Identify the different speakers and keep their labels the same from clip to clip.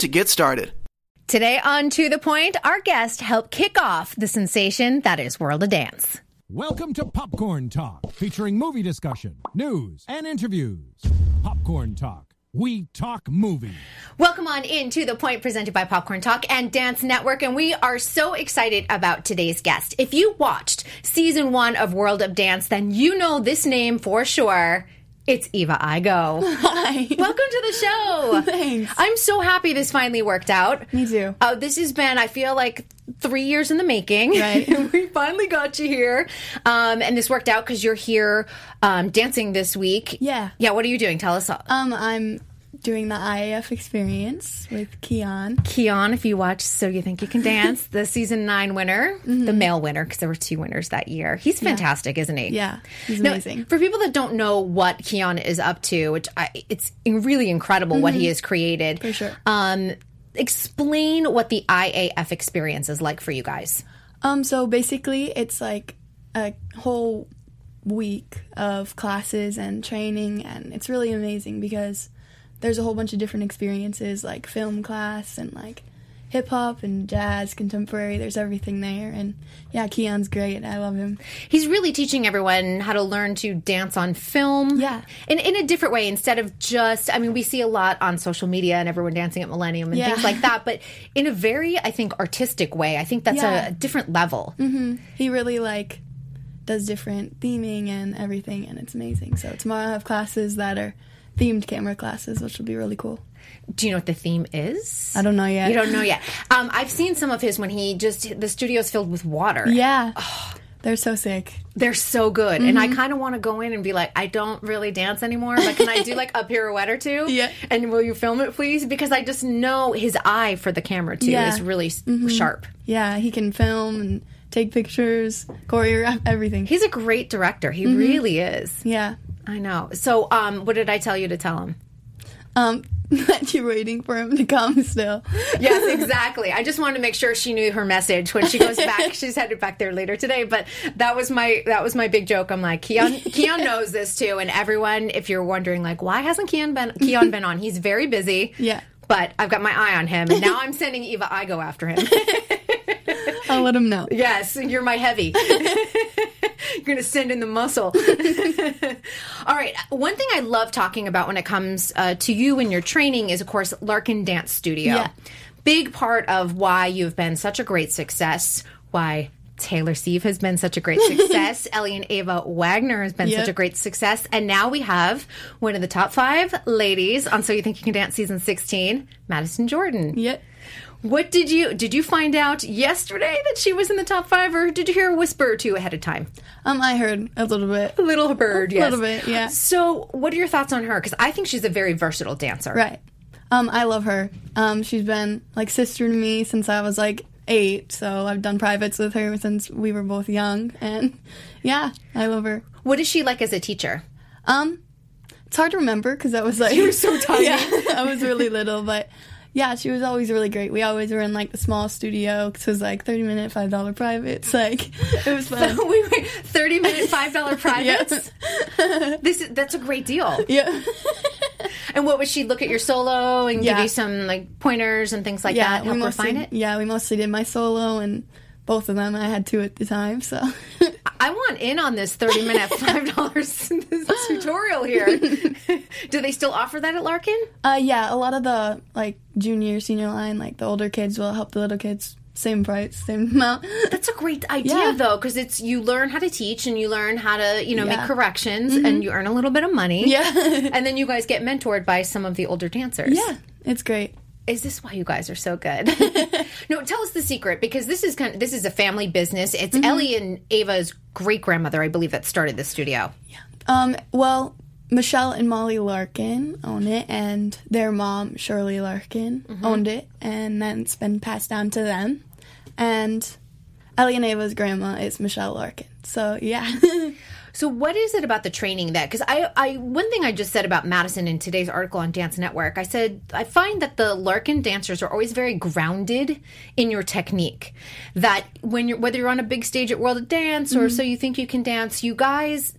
Speaker 1: to get started.
Speaker 2: Today on To The Point, our guest helped kick off the sensation that is World of Dance.
Speaker 3: Welcome to Popcorn Talk, featuring movie discussion, news, and interviews. Popcorn Talk. We talk movie.
Speaker 2: Welcome on in to the point presented by Popcorn Talk and Dance Network, and we are so excited about today's guest. If you watched season one of World of Dance, then you know this name for sure. It's Eva Igo.
Speaker 4: Hi.
Speaker 2: Welcome to the show.
Speaker 4: Thanks.
Speaker 2: I'm so happy this finally worked out.
Speaker 4: Me too.
Speaker 2: Uh, this has been, I feel like, three years in the making.
Speaker 4: Right.
Speaker 2: we finally got you here. Um, and this worked out because you're here um, dancing this week.
Speaker 4: Yeah.
Speaker 2: Yeah, Uh, what are you doing? Tell us all.
Speaker 4: Um, I'm doing the IAF experience with Keon.
Speaker 2: Keon, if you watch So You Think You Can Dance, the season nine winner, the male winner, because there were two winners that year. He's fantastic, isn't he?
Speaker 4: Yeah, he's
Speaker 2: Now,
Speaker 4: amazing.
Speaker 2: Uh, for people that don't know what Keon is up to, which I, it's really incredible what he has created. For
Speaker 4: Mm-hmm. sure.
Speaker 2: Um, explain what the IAF experience is like for you guys.
Speaker 4: Um, so basically, it's like a whole week of classes and training, and it's really amazing because there's a whole bunch of different experiences, like film class and like hip hop and jazz, contemporary. There's everything there, and yeah, Keon's great. I love him.
Speaker 2: He's really teaching everyone how to learn to dance on film.
Speaker 4: Yeah.
Speaker 2: In, in a different way, instead of just, I mean, we see a lot on social media and everyone dancing at Millennium and
Speaker 4: Yeah.
Speaker 2: things like that, but in a very, I think, artistic way. I think that's
Speaker 4: Yeah. Mm.
Speaker 2: a different level.
Speaker 4: he really like does different theming and everything and it's amazing so tomorrow i have classes that are themed camera classes which will be really cool
Speaker 2: Do you know what the theme is?
Speaker 4: i don't know yet
Speaker 2: You don't know yet. Um, I've seen some of his when he just, the studio's filled with water.
Speaker 4: yeah they're so sick
Speaker 2: They're so good. And
Speaker 4: Mm-hmm.
Speaker 2: I kind of want to go in and be like, I don't really dance anymore, but can I do like a pirouette or two?
Speaker 4: Yeah.
Speaker 2: And will you film it, please? Because I just know his eye for the camera, too,
Speaker 4: Yeah. Mm-hmm.
Speaker 2: is really s sharp.
Speaker 4: yeah he can film and take pictures choreograph everything
Speaker 2: He's a great director. He
Speaker 4: Mm-hmm.
Speaker 2: really is.
Speaker 4: yeah
Speaker 2: I know. So, um, what did I tell you to tell him?
Speaker 4: um that you're waiting for him to come still
Speaker 2: Yes, exactly. I just wanted to make sure she knew her message when she goes back. She's headed back there later today. But that was my that was my big joke. I'm like, Keon Keon knows this too. And everyone, if you're wondering, like, why hasn't Keon been Keon been on? He's very busy.
Speaker 4: Yeah.
Speaker 2: But I've got my eye on him, and now I'm sending Eva I go after him.
Speaker 4: i'll let him know
Speaker 2: Yes, you're my heavy. you're going to send in the muscle. All right. One thing I love talking about when it comes uh, to you and your training is, of course, Larkin Dance Studio.
Speaker 4: Yeah.
Speaker 2: Big part of why you've been such a great success, why Taylor Steve has been such a great success, Ellie and Ava Wagner has been
Speaker 4: Yep.
Speaker 2: such a great success, and now we have one of the top five ladies on So You Think You Can Dance season 16, Madison Jordan.
Speaker 4: yep
Speaker 2: What did you did you find out yesterday that she was in the top five, or did you hear a whisper or two ahead of time?
Speaker 4: um i heard a little bit
Speaker 2: Little bird, yes.
Speaker 4: little bit, yeah.
Speaker 2: So, what are your thoughts on her? Because I think she's a very versatile dancer.
Speaker 4: Right. Um, I love her. Um, she's been like sister to me since I was like eight, so I've done privates with her since we were both young, and yeah, I love her.
Speaker 2: What is she like as a teacher?
Speaker 4: Um, it's hard to remember because I was like you were so tiny. yeah, I was really little, but yeah, she was always really great. We always were in like the small studio because it was like thirty minute five dollar privates. Like it was fun.
Speaker 2: we were thirty minute five dollar privates. This is that's a great deal.
Speaker 4: yeah.
Speaker 2: And what would she look at your solo and give
Speaker 4: Yeah.
Speaker 2: you some like pointers and things like
Speaker 4: Yeah,
Speaker 2: that? Help
Speaker 4: mostly,
Speaker 2: refine it.
Speaker 4: yeah, we mostly did my solo and both of them. I had two at the time, so
Speaker 2: I want in on this thirty minute five dollars tutorial here. Do they still offer that at Larkin?
Speaker 4: Uh, yeah, a lot of the like junior, senior line, like the older kids will help the little kids. Same price, same amount.
Speaker 2: That's a great idea
Speaker 4: Yeah.
Speaker 2: though, because it's you learn how to teach and you learn how to you know make
Speaker 4: Yeah. Mm-hmm.
Speaker 2: corrections and you earn a little bit of money.
Speaker 4: Yeah.
Speaker 2: and then you guys get mentored by some of the older dancers.
Speaker 4: yeah, it's great.
Speaker 2: is this why you guys are so good? no, tell us the secret because this is kind of, this is a family business. It's
Speaker 4: Mm-hmm.
Speaker 2: Ellie and Ava's great grandmother, I believe, that started this studio.
Speaker 4: Um, well, Michelle and Molly Larkin own it, and their mom, Shirley Larkin, owned it, and then it's been passed down to them. And Eleoneva's grandma is Michelle Larkin. So, yeah.
Speaker 2: So what is it about the training that cuz I I one thing I just said about Madison in today's article on Dance Network I said I find that the Larkin dancers are always very grounded in your technique that when you're whether you're on a big stage at World of Dance or so you think you can dance you guys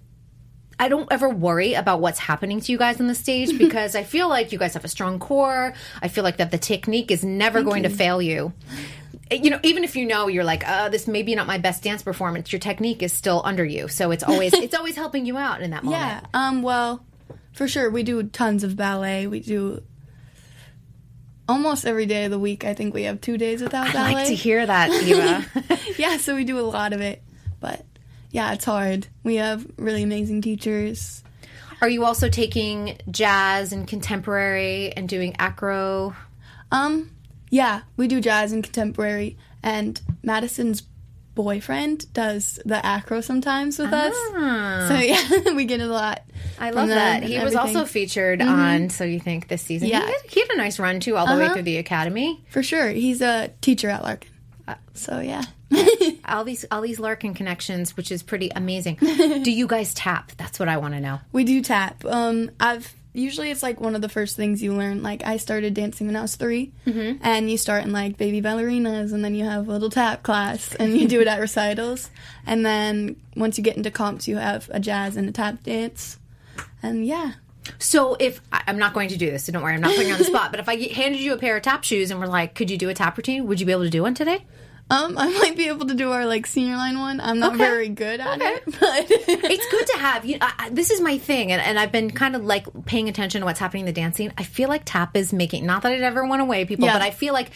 Speaker 2: I don't ever worry about what's happening to you guys on the stage because I feel like you guys have a strong core. I feel like that the technique is never going to fail you. You know, even if you know you're like, uh, this may be not my best dance performance, your technique is still under you. So it's always it's always helping you out in that moment.
Speaker 4: yeah. Um, well, for sure, we do tons of ballet. We do almost every day of the week. I think we have two days without
Speaker 2: I
Speaker 4: ballet.
Speaker 2: like to hear that, Eva.
Speaker 4: yeah, so we do a lot of it. But yeah, it's hard. We have really amazing teachers.
Speaker 2: Are you also taking jazz and contemporary and doing acro?
Speaker 4: Um, yeah, we do jazz and contemporary, and Madison's boyfriend does the acro sometimes with us. So yeah, we get it a lot.
Speaker 2: Ah. I
Speaker 4: from
Speaker 2: love
Speaker 4: them
Speaker 2: that. Mm-hmm.
Speaker 4: and
Speaker 2: He was
Speaker 4: everything.
Speaker 2: also featured on So You Think this season.
Speaker 4: Yeah.
Speaker 2: He, had, he had a nice run too all the way through the academy.
Speaker 4: for sure. He's a teacher at Larkin. Uh, So yeah,
Speaker 2: all these all these Larkin connections, which is pretty amazing. Do you guys tap? That's what I want to know.
Speaker 4: we do tap. Um, I've usually it's like one of the first things you learn. Like I started dancing when I was 3 and you start in like baby ballerinas, and then you have a little tap class, and you do it at recitals, and then once you get into comps, you have a jazz and a tap dance, and yeah.
Speaker 2: So if I- I'm not going to do this, so don't worry, I'm not putting you on the spot. But if I handed you a pair of tap shoes and we're like, could you do a tap routine? Would you be able to do one today?
Speaker 4: Um, I might be able to do our like senior line one. I'm not very good at it, but
Speaker 2: It's good to have. You, I, I- this is my thing, and, and I've been kind of like paying attention to what's happening in the dance scene. I feel like tap is making. Not that it ever went away, people,
Speaker 4: Yeah.
Speaker 2: but I feel like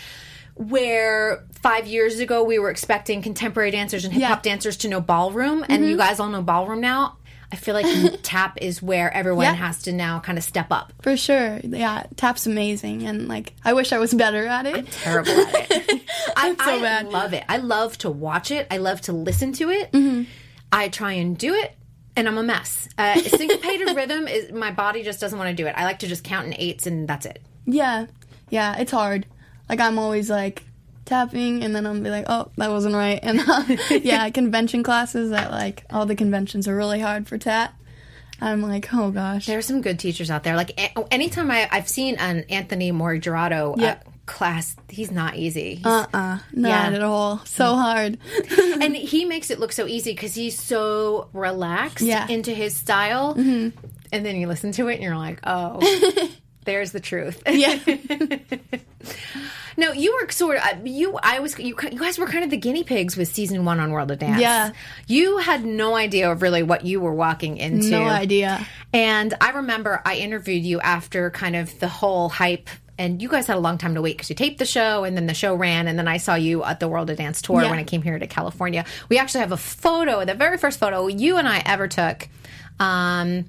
Speaker 2: where five years ago we were expecting contemporary dancers and hip hop
Speaker 4: Yeah. Mm-hmm.
Speaker 2: dancers to know ballroom, and you guys all know ballroom now. I feel like tap is where everyone
Speaker 4: Yeah.
Speaker 2: has to now kind of step up.
Speaker 4: for sure, yeah, tap's amazing, and like I wish I was better at it.
Speaker 2: terrible at it. I,
Speaker 4: so
Speaker 2: I
Speaker 4: bad.
Speaker 2: love it. I love to watch it. I love to listen to it.
Speaker 4: Mm-hmm.
Speaker 2: I try and do it, and I'm a mess. Uh, syncopated rhythm is my body just doesn't want to do it. I like to just count in eights, and that's it.
Speaker 4: Yeah, yeah, it's hard. Like I'm always like tapping, and then I'll be like, oh, that wasn't right, and yeah, convention classes that like all the conventions are really hard for tap. I'm like, oh gosh,
Speaker 2: There's some good teachers out there. Like a- oh, anytime I, I've seen an Anthony Morigerato uh,
Speaker 4: Yep.
Speaker 2: class, he's not easy. He's-
Speaker 4: Uh-uh. not
Speaker 2: yeah.
Speaker 4: at all, so hard. Mm-hmm.
Speaker 2: and he makes it look so easy because he's so relaxed
Speaker 4: Yeah. Mm-hmm.
Speaker 2: into his style. And then you listen to it and you're like, oh, there's the truth.
Speaker 4: yeah,
Speaker 2: No, you were sort of uh, you. I was you. You guys were kind of the guinea pigs with season one on World of Dance.
Speaker 4: Yeah.
Speaker 2: you had no idea of really what you were walking into.
Speaker 4: no idea.
Speaker 2: And I remember I interviewed you after kind of the whole hype. And you guys had a long time to wait because you taped the show and then the show ran. And then I saw you at the World of Dance tour
Speaker 4: Yeah.
Speaker 2: when I came here to California. We actually have a photo, the very first photo you and I ever took. Um,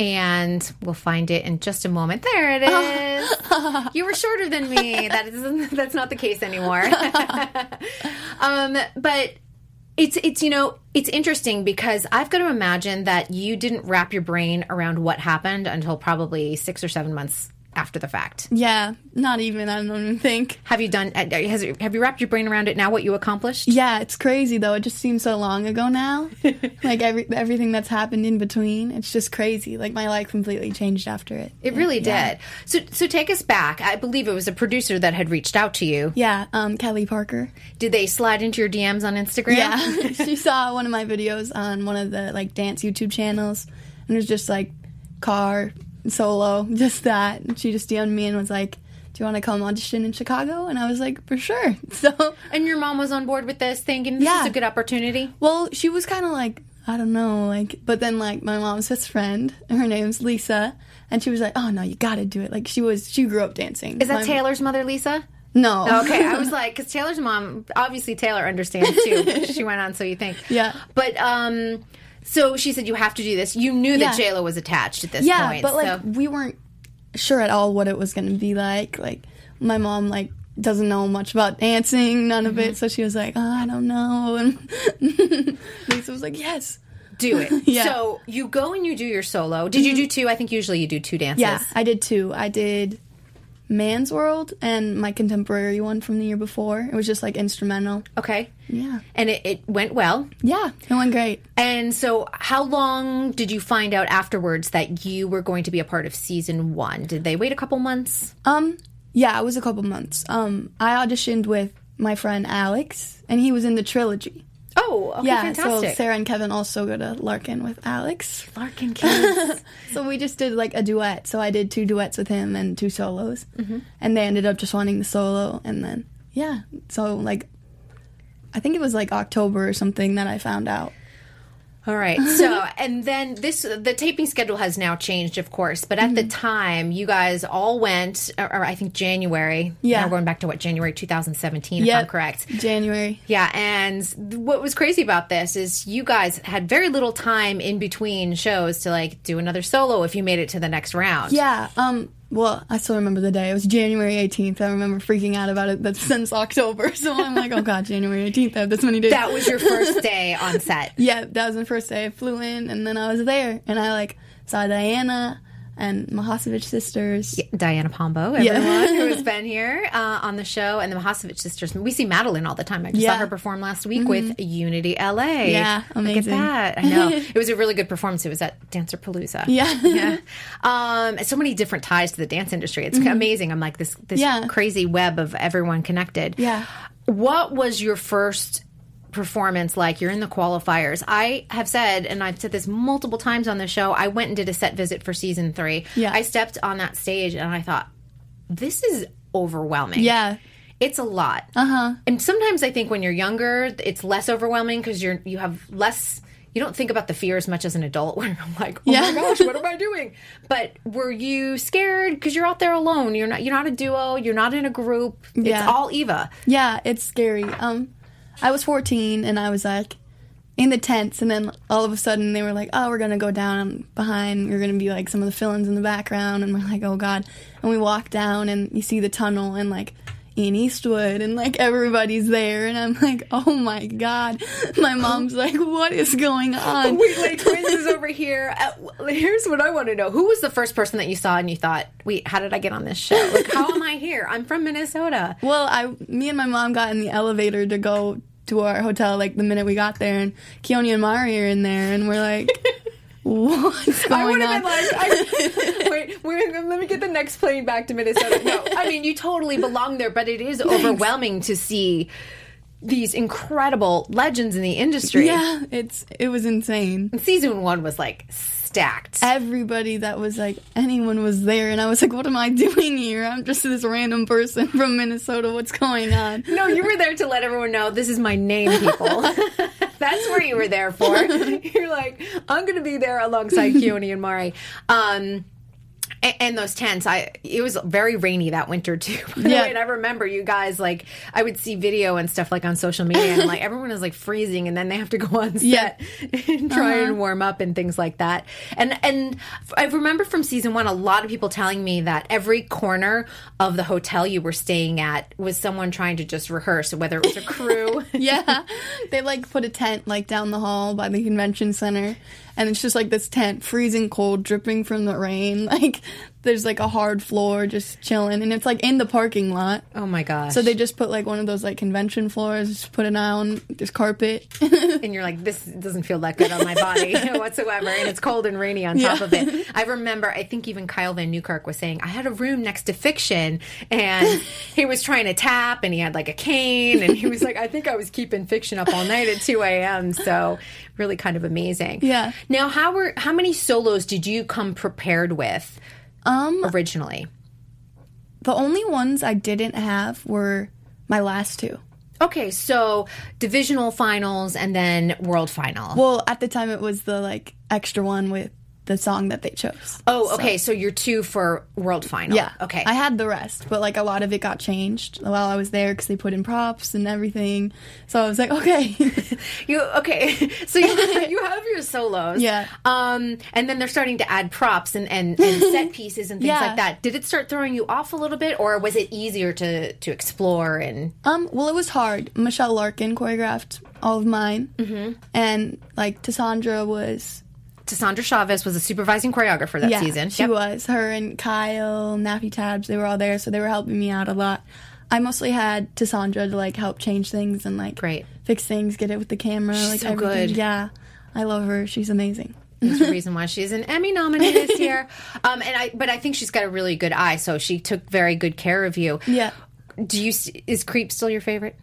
Speaker 2: and we'll find it in just a moment. There it is. you were shorter than me. That is, that's not the case anymore. um, but it's it's you know it's interesting because I've got to imagine that you didn't wrap your brain around what happened until probably six or seven months after the fact.
Speaker 4: Yeah, not even. I don't even think.
Speaker 2: Have you done? uh, Has, have you wrapped your brain around it now? What you accomplished?
Speaker 4: Yeah, it's crazy though. It just seems so long ago now. like every everything that's happened in between, it's just crazy. Like my life completely changed after it.
Speaker 2: It really did. So so take us back. I believe it was a producer that had reached out to you.
Speaker 4: Yeah, um, Kelly Parker.
Speaker 2: Did they slide into your DMs on Instagram?
Speaker 4: Yeah, she saw one of my videos on one of the like dance YouTube channels, and it was just like car solo, just that. And she just DM'd me and was like, "Do you want to come audition in Chicago?" And I was like, "For sure." So,
Speaker 2: And your mom was on board with this, thinking this
Speaker 4: Yeah.
Speaker 2: is a good opportunity.
Speaker 4: well, she was kind of like, I don't know, like, but then like my mom's best friend, her name's Lisa, and she was like, "Oh no, you got to do it." Like she was, she grew up dancing.
Speaker 2: Is that Taylor's mother, Lisa?
Speaker 4: No.
Speaker 2: Okay, I was like, because Taylor's mom, obviously Taylor understands too. she went on, so you think,
Speaker 4: Yeah.
Speaker 2: But um, so she said you have to do this. You knew that
Speaker 4: Yeah.
Speaker 2: Jayla was attached at this
Speaker 4: Yeah,
Speaker 2: point.
Speaker 4: but like
Speaker 2: so.
Speaker 4: we weren't sure at all what it was going to be like. Like my mom like doesn't know much about Mm-hmm. dancing, none of it. So she was like, oh, I don't know. And Lisa was like, yes.
Speaker 2: do it.
Speaker 4: Yeah. Mm-hmm.
Speaker 2: So you go and you do your solo. Did you do two? I think usually you do two dances.
Speaker 4: Yeah, I did two. I did Man's World and my contemporary one from the year before. It was just like instrumental.
Speaker 2: Okay.
Speaker 4: Yeah.
Speaker 2: And it, it went well.
Speaker 4: Yeah, it went great.
Speaker 2: And so, how long did you find out afterwards that you were going to be a part of season one? Did they wait a couple months?
Speaker 4: Um, yeah, it was a couple months. Um, I auditioned with my friend Alex, and he was in the trilogy.
Speaker 2: Oh, okay,
Speaker 4: yeah,
Speaker 2: fantastic.
Speaker 4: so Sarah and Kevin also go to Larkin with Alex.
Speaker 2: Larkin kids.
Speaker 4: So we just did like a duet. So I did two duets with him and two solos,
Speaker 2: Mm-hmm.
Speaker 4: and they ended up just wanting the solo. And then yeah, so like, I think it was like October or something that I found out.
Speaker 2: All right. So, and then this the taping schedule has now changed, of course. But at the
Speaker 4: Mm-hmm.
Speaker 2: time, you guys all went, or, or I think January.
Speaker 4: Yeah.
Speaker 2: Now we're going back to what January 2017, if I'm
Speaker 4: Yep.
Speaker 2: correct.
Speaker 4: January.
Speaker 2: Yeah, and th- what was crazy about this is you guys had very little time in between shows to like do another solo if you made it to the next round.
Speaker 4: Yeah. Um. Well, I still remember the day. It was January 18th. I remember freaking out about it. That's since October. So I'm like, oh god, January 18th. I have this many days.
Speaker 2: That was your first day on set.
Speaker 4: yeah, that was the first day I flew in, and then I was there, and I like saw Diana and Mahasevich sisters.
Speaker 2: Diana Pombo, everyone
Speaker 4: Yeah.
Speaker 2: who has been here uh, on the show, and the Mahasevich sisters. We see Madeline all the time. I just
Speaker 4: Yeah. Mm-hmm.
Speaker 2: saw her perform last week with Unity LA.
Speaker 4: Yeah,
Speaker 2: Look
Speaker 4: amazing.
Speaker 2: at that. I know. it was a really good performance. It was at Dancer Palooza.
Speaker 4: Yeah. Mm-hmm.
Speaker 2: yeah. Um, so many different ties to the dance industry. It's amazing. I'm like this this
Speaker 4: Yeah.
Speaker 2: crazy web of everyone connected.
Speaker 4: Yeah.
Speaker 2: What was your first performance like? You're in the qualifiers. I have said, and I've said this multiple times on the show. I went and did a set visit for season three.
Speaker 4: Yeah.
Speaker 2: I stepped on that stage and I thought, this is overwhelming.
Speaker 4: Yeah.
Speaker 2: It's a lot. Uh
Speaker 4: Uh-huh.
Speaker 2: huh. And sometimes I think when you're younger, it's less overwhelming because you're you have less. You don't think about the fear as much as an adult. When I'm like, oh my
Speaker 4: Yeah.
Speaker 2: gosh, what am I doing? But were you scared because you're out there alone? You're not. You're not a duo. You're not in a group. It's
Speaker 4: Yeah.
Speaker 2: all Eva.
Speaker 4: Yeah, it's scary. Um, I was 14 and I was like in the tents, and then all of a sudden they were like, "Oh, we're gonna go down behind. You're gonna be like some of the fill-ins in the background," and we're like, "Oh God!" And we walk down, and you see the tunnel, and like. Ian Eastwood and like everybody's there, and I'm like, oh my god. My mom's like, what is going on?
Speaker 2: Wheatley Twins is over here. Uh, w- here's what I want to know: Who was the first person that you saw and you thought, "Wait, how did I get on this show? Like, how am I here? I'm from Minnesota."
Speaker 4: Well, I, me and my mom got in the elevator to go to our hotel like the minute we got there, and Keone and Mari are in there, and we're like, what's
Speaker 2: I would
Speaker 4: going
Speaker 2: have
Speaker 4: on?
Speaker 2: been like, I, wait, wait, let me get the next plane back to Minnesota. No, I mean, you totally belong there, but it is overwhelming to see these incredible legends in the industry.
Speaker 4: yeah, it's it was insane.
Speaker 2: Season one was like stacked.
Speaker 4: Everybody that was like anyone was there, and I was like, "What am I doing here? I'm just this random person from Minnesota. What's going on?"
Speaker 2: No, you were there to let everyone know this is my name, people. That's where you were there for. You're like, I'm going to be there alongside Keone and Mari. Um, a- and, those tents, I it was very rainy that winter too. By the
Speaker 4: Yeah.
Speaker 2: way, and I remember you guys like I would see video and stuff like on social media, and like everyone is like freezing, and then they have to go on
Speaker 4: Yeah.
Speaker 2: set and try
Speaker 4: Uh-huh.
Speaker 2: and warm up and things like that. And and f- I remember from season one, a lot of people telling me that every corner of the hotel you were staying at was someone trying to just rehearse, whether it was a crew.
Speaker 4: yeah, they like put a tent like down the hall by the convention center, and it's just like this tent, freezing cold, dripping from the rain. Like there's like a hard floor, just chilling, and it's like in the parking lot.
Speaker 2: oh my gosh!
Speaker 4: So they just put like one of those like convention floors, just put it on, there's carpet.
Speaker 2: and you're like, this doesn't feel that good on my body whatsoever. And it's cold and rainy on top
Speaker 4: Yeah.
Speaker 2: of it. I remember, I think even Kyle Van Newkirk was saying, I had a room next to fiction and he was trying to tap and he had like a cane. And he was like, I think I was keeping fiction up all night at 2 a.m. So really kind of amazing.
Speaker 4: Yeah.
Speaker 2: Now, how were, how many solos did you come prepared with
Speaker 4: um,
Speaker 2: originally?
Speaker 4: the only ones I didn't have were my last two.
Speaker 2: Okay, so divisional finals and then world final.
Speaker 4: Well, at the time it was the like extra one with the song that they chose.
Speaker 2: Oh, okay. So, you're two for world final.
Speaker 4: Yeah.
Speaker 2: Okay.
Speaker 4: I had the rest, but like a lot of it got changed while I was there because they put in props and everything. So I was like, okay.
Speaker 2: you okay? So you you have your solos.
Speaker 4: Yeah.
Speaker 2: Um, and then they're starting to add props and and, and set pieces and things
Speaker 4: Yeah.
Speaker 2: like that. Did it start throwing you off a little bit, or was it easier to to explore and?
Speaker 4: um, well, it was hard. Michelle Larkin choreographed all of mine, mm-hmm. and like Tassandra was.
Speaker 2: Tassandra Chavez was a supervising choreographer that
Speaker 4: Yeah,
Speaker 2: season.
Speaker 4: she
Speaker 2: Yep.
Speaker 4: was. Her and Kyle, Nappy Tabs, they were all there, so they were helping me out a lot. I mostly had Tassandra to like help change things and like
Speaker 2: Great.
Speaker 4: fix things, get it with the camera, like
Speaker 2: so
Speaker 4: everything.
Speaker 2: good.
Speaker 4: Yeah, I love her. She's amazing.
Speaker 2: There's a reason why she's an Emmy nominee this year. Um, and I, but I think she's got a really good eye, so she took very good care of you.
Speaker 4: Yeah.
Speaker 2: Do you s- is Creep still your favorite?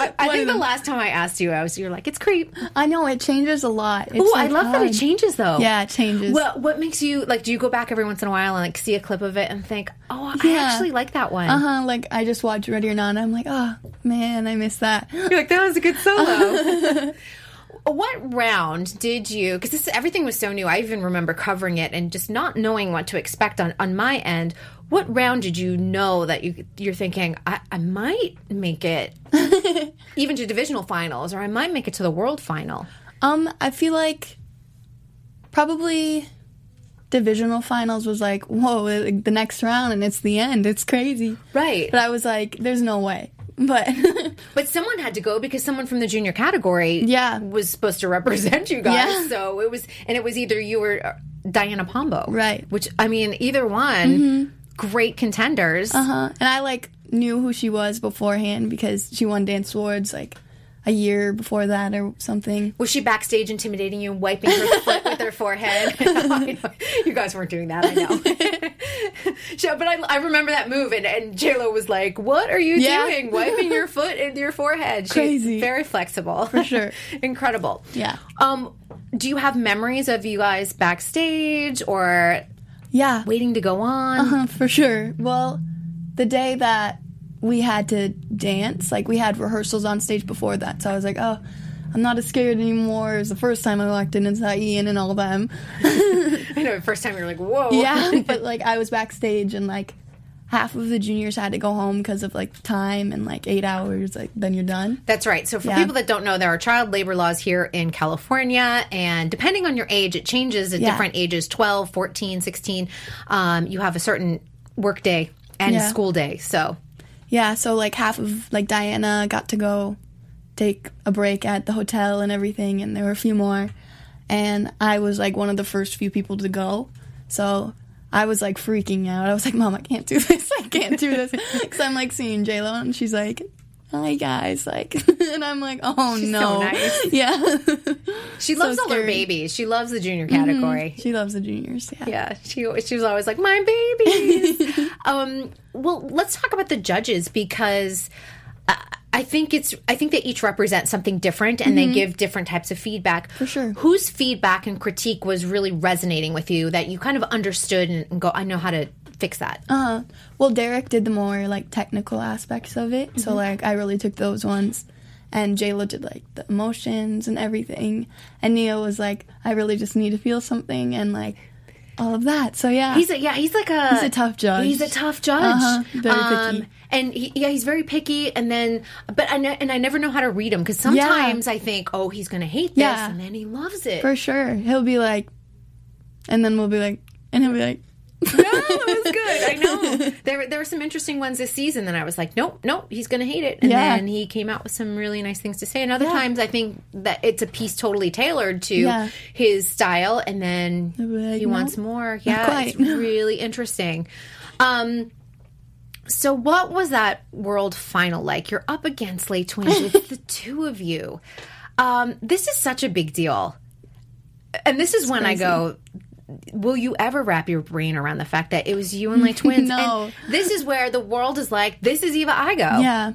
Speaker 2: I, I think the last time I asked you, I was you're like it's Creep.
Speaker 4: I know it changes a lot. It's
Speaker 2: Oh, I
Speaker 4: like,
Speaker 2: love that it
Speaker 4: odd.
Speaker 2: changes though.
Speaker 4: Oh Yeah, it changes.
Speaker 2: Well, what makes you like? Do you go back every once in a while and like see a clip of it and think, oh, I
Speaker 4: Yeah.
Speaker 2: actually like that one.
Speaker 4: Uh huh. Like I just watched Ready or Not. and I'm like, oh man, I miss that.
Speaker 2: You're like that was a good solo. what round did you? Because this everything was so new. I even remember covering it and just not knowing what to expect on on my end. What round did you know that you you're thinking I, I might make it even to divisional finals or I might make it to the world final?
Speaker 4: Um, I feel like probably divisional finals was like, whoa, like, the next round and it's the end. It's crazy.
Speaker 2: Right.
Speaker 4: But I was like, there's no way. But uh-huh.
Speaker 2: But someone had to go because someone from the junior category
Speaker 4: Yeah.
Speaker 2: was supposed to represent you guys.
Speaker 4: Yeah.
Speaker 2: So it was, and it was either you or uh, Diana Pombo.
Speaker 4: Right. Mm-hmm.
Speaker 2: Which, I mean, either one, great contenders.
Speaker 4: uh, and I like knew who she was beforehand because she won dance awards like a year before that or something.
Speaker 2: Was she backstage intimidating you and wiping her foot with her forehead? I know. you guys weren't doing that, I know. So- but I, I remember that move, and, and JLo was like, What are you
Speaker 4: Yeah.
Speaker 2: doing? Wiping your foot into your forehead. She's
Speaker 4: Crazy.
Speaker 2: Very flexible.
Speaker 4: For sure.
Speaker 2: Incredible.
Speaker 4: Yeah.
Speaker 2: Um, do you have memories of you guys backstage or
Speaker 4: Yeah.
Speaker 2: waiting to go on?
Speaker 4: Uh, for sure. Well, the day that we had to dance, like we had rehearsals on stage before that, so I was like, oh, I'm not as scared anymore. It was the first time I walked in and saw Ian and all them.
Speaker 2: I know, first time you're like, whoa.
Speaker 4: Yeah, but like I was backstage and like half of the juniors had to go home because of like time and like eight hours. Like then you're done.
Speaker 2: That's right. So, for
Speaker 4: Yeah.
Speaker 2: people that don't know, there are child labor laws here in California. And depending on your age, it changes at
Speaker 4: Yeah.
Speaker 2: different ages 12, 14, 16. Um, you have a certain work day and
Speaker 4: Yeah.
Speaker 2: school day. So,
Speaker 4: Yeah, so like half of like Diana got to go take a break at the hotel and everything, and there were a few more, and I was like one of the first few people to go, so I was like freaking out. I was like, "Mom, I can't do this. I can't do this," because I'm like seeing J Lo, and she's like. Hi guys, like, and I'm like, oh no,
Speaker 2: nice.
Speaker 4: yeah,
Speaker 2: she loves all her
Speaker 4: scary. Mm-hmm.
Speaker 2: babies. She loves the junior category.
Speaker 4: she loves the juniors, yeah.
Speaker 2: Yeah, she she was always like my babies. um, well, let's talk about the judges because uh, I think it's I think they each represent something different and they give different types of feedback. For
Speaker 4: Mm-hmm. sure.
Speaker 2: whose feedback and critique was really resonating with you that you kind of understood and, and go, I know how to fix that.
Speaker 4: Ah. Well, Derek did the more like technical aspects of it,
Speaker 2: Mm-hmm.
Speaker 4: so like I really took those ones, and Jayla did like the emotions and everything, and Neo was like, I really just need to feel something and like all of that. So yeah,
Speaker 2: He's a yeah. He's like a he's
Speaker 4: a tough judge.
Speaker 2: He's a tough judge. Um,
Speaker 4: Uh-huh, very picky.
Speaker 2: And he, yeah, he's very picky. And then, but I ne- and I never know how to read him because sometimes I think, oh, he's gonna hate this,
Speaker 4: Yeah.
Speaker 2: and then he loves it.
Speaker 4: for sure he'll be like, and then we'll be like, and he'll be like,
Speaker 2: no, it was good. I know there were- there were some interesting ones this season that I was like, nope, nope, he's going to hate it. And
Speaker 4: Yeah.
Speaker 2: then he came out with some really nice things to say. And other times, I think that it's a piece totally tailored to
Speaker 4: Yeah.
Speaker 2: his style, and then
Speaker 4: like,
Speaker 2: he
Speaker 4: "No,
Speaker 2: wants more. Yeah,
Speaker 4: quite."
Speaker 2: it's really interesting. Um. So, what was that world final like? You're up against Lay Twins with the two of you. Um, this is such a big deal. And this is when I go, will you ever wrap your brain around the fact that it was you and my twins?
Speaker 4: No.
Speaker 2: And this is where the world is like, this is Eva Igo.
Speaker 4: Yeah.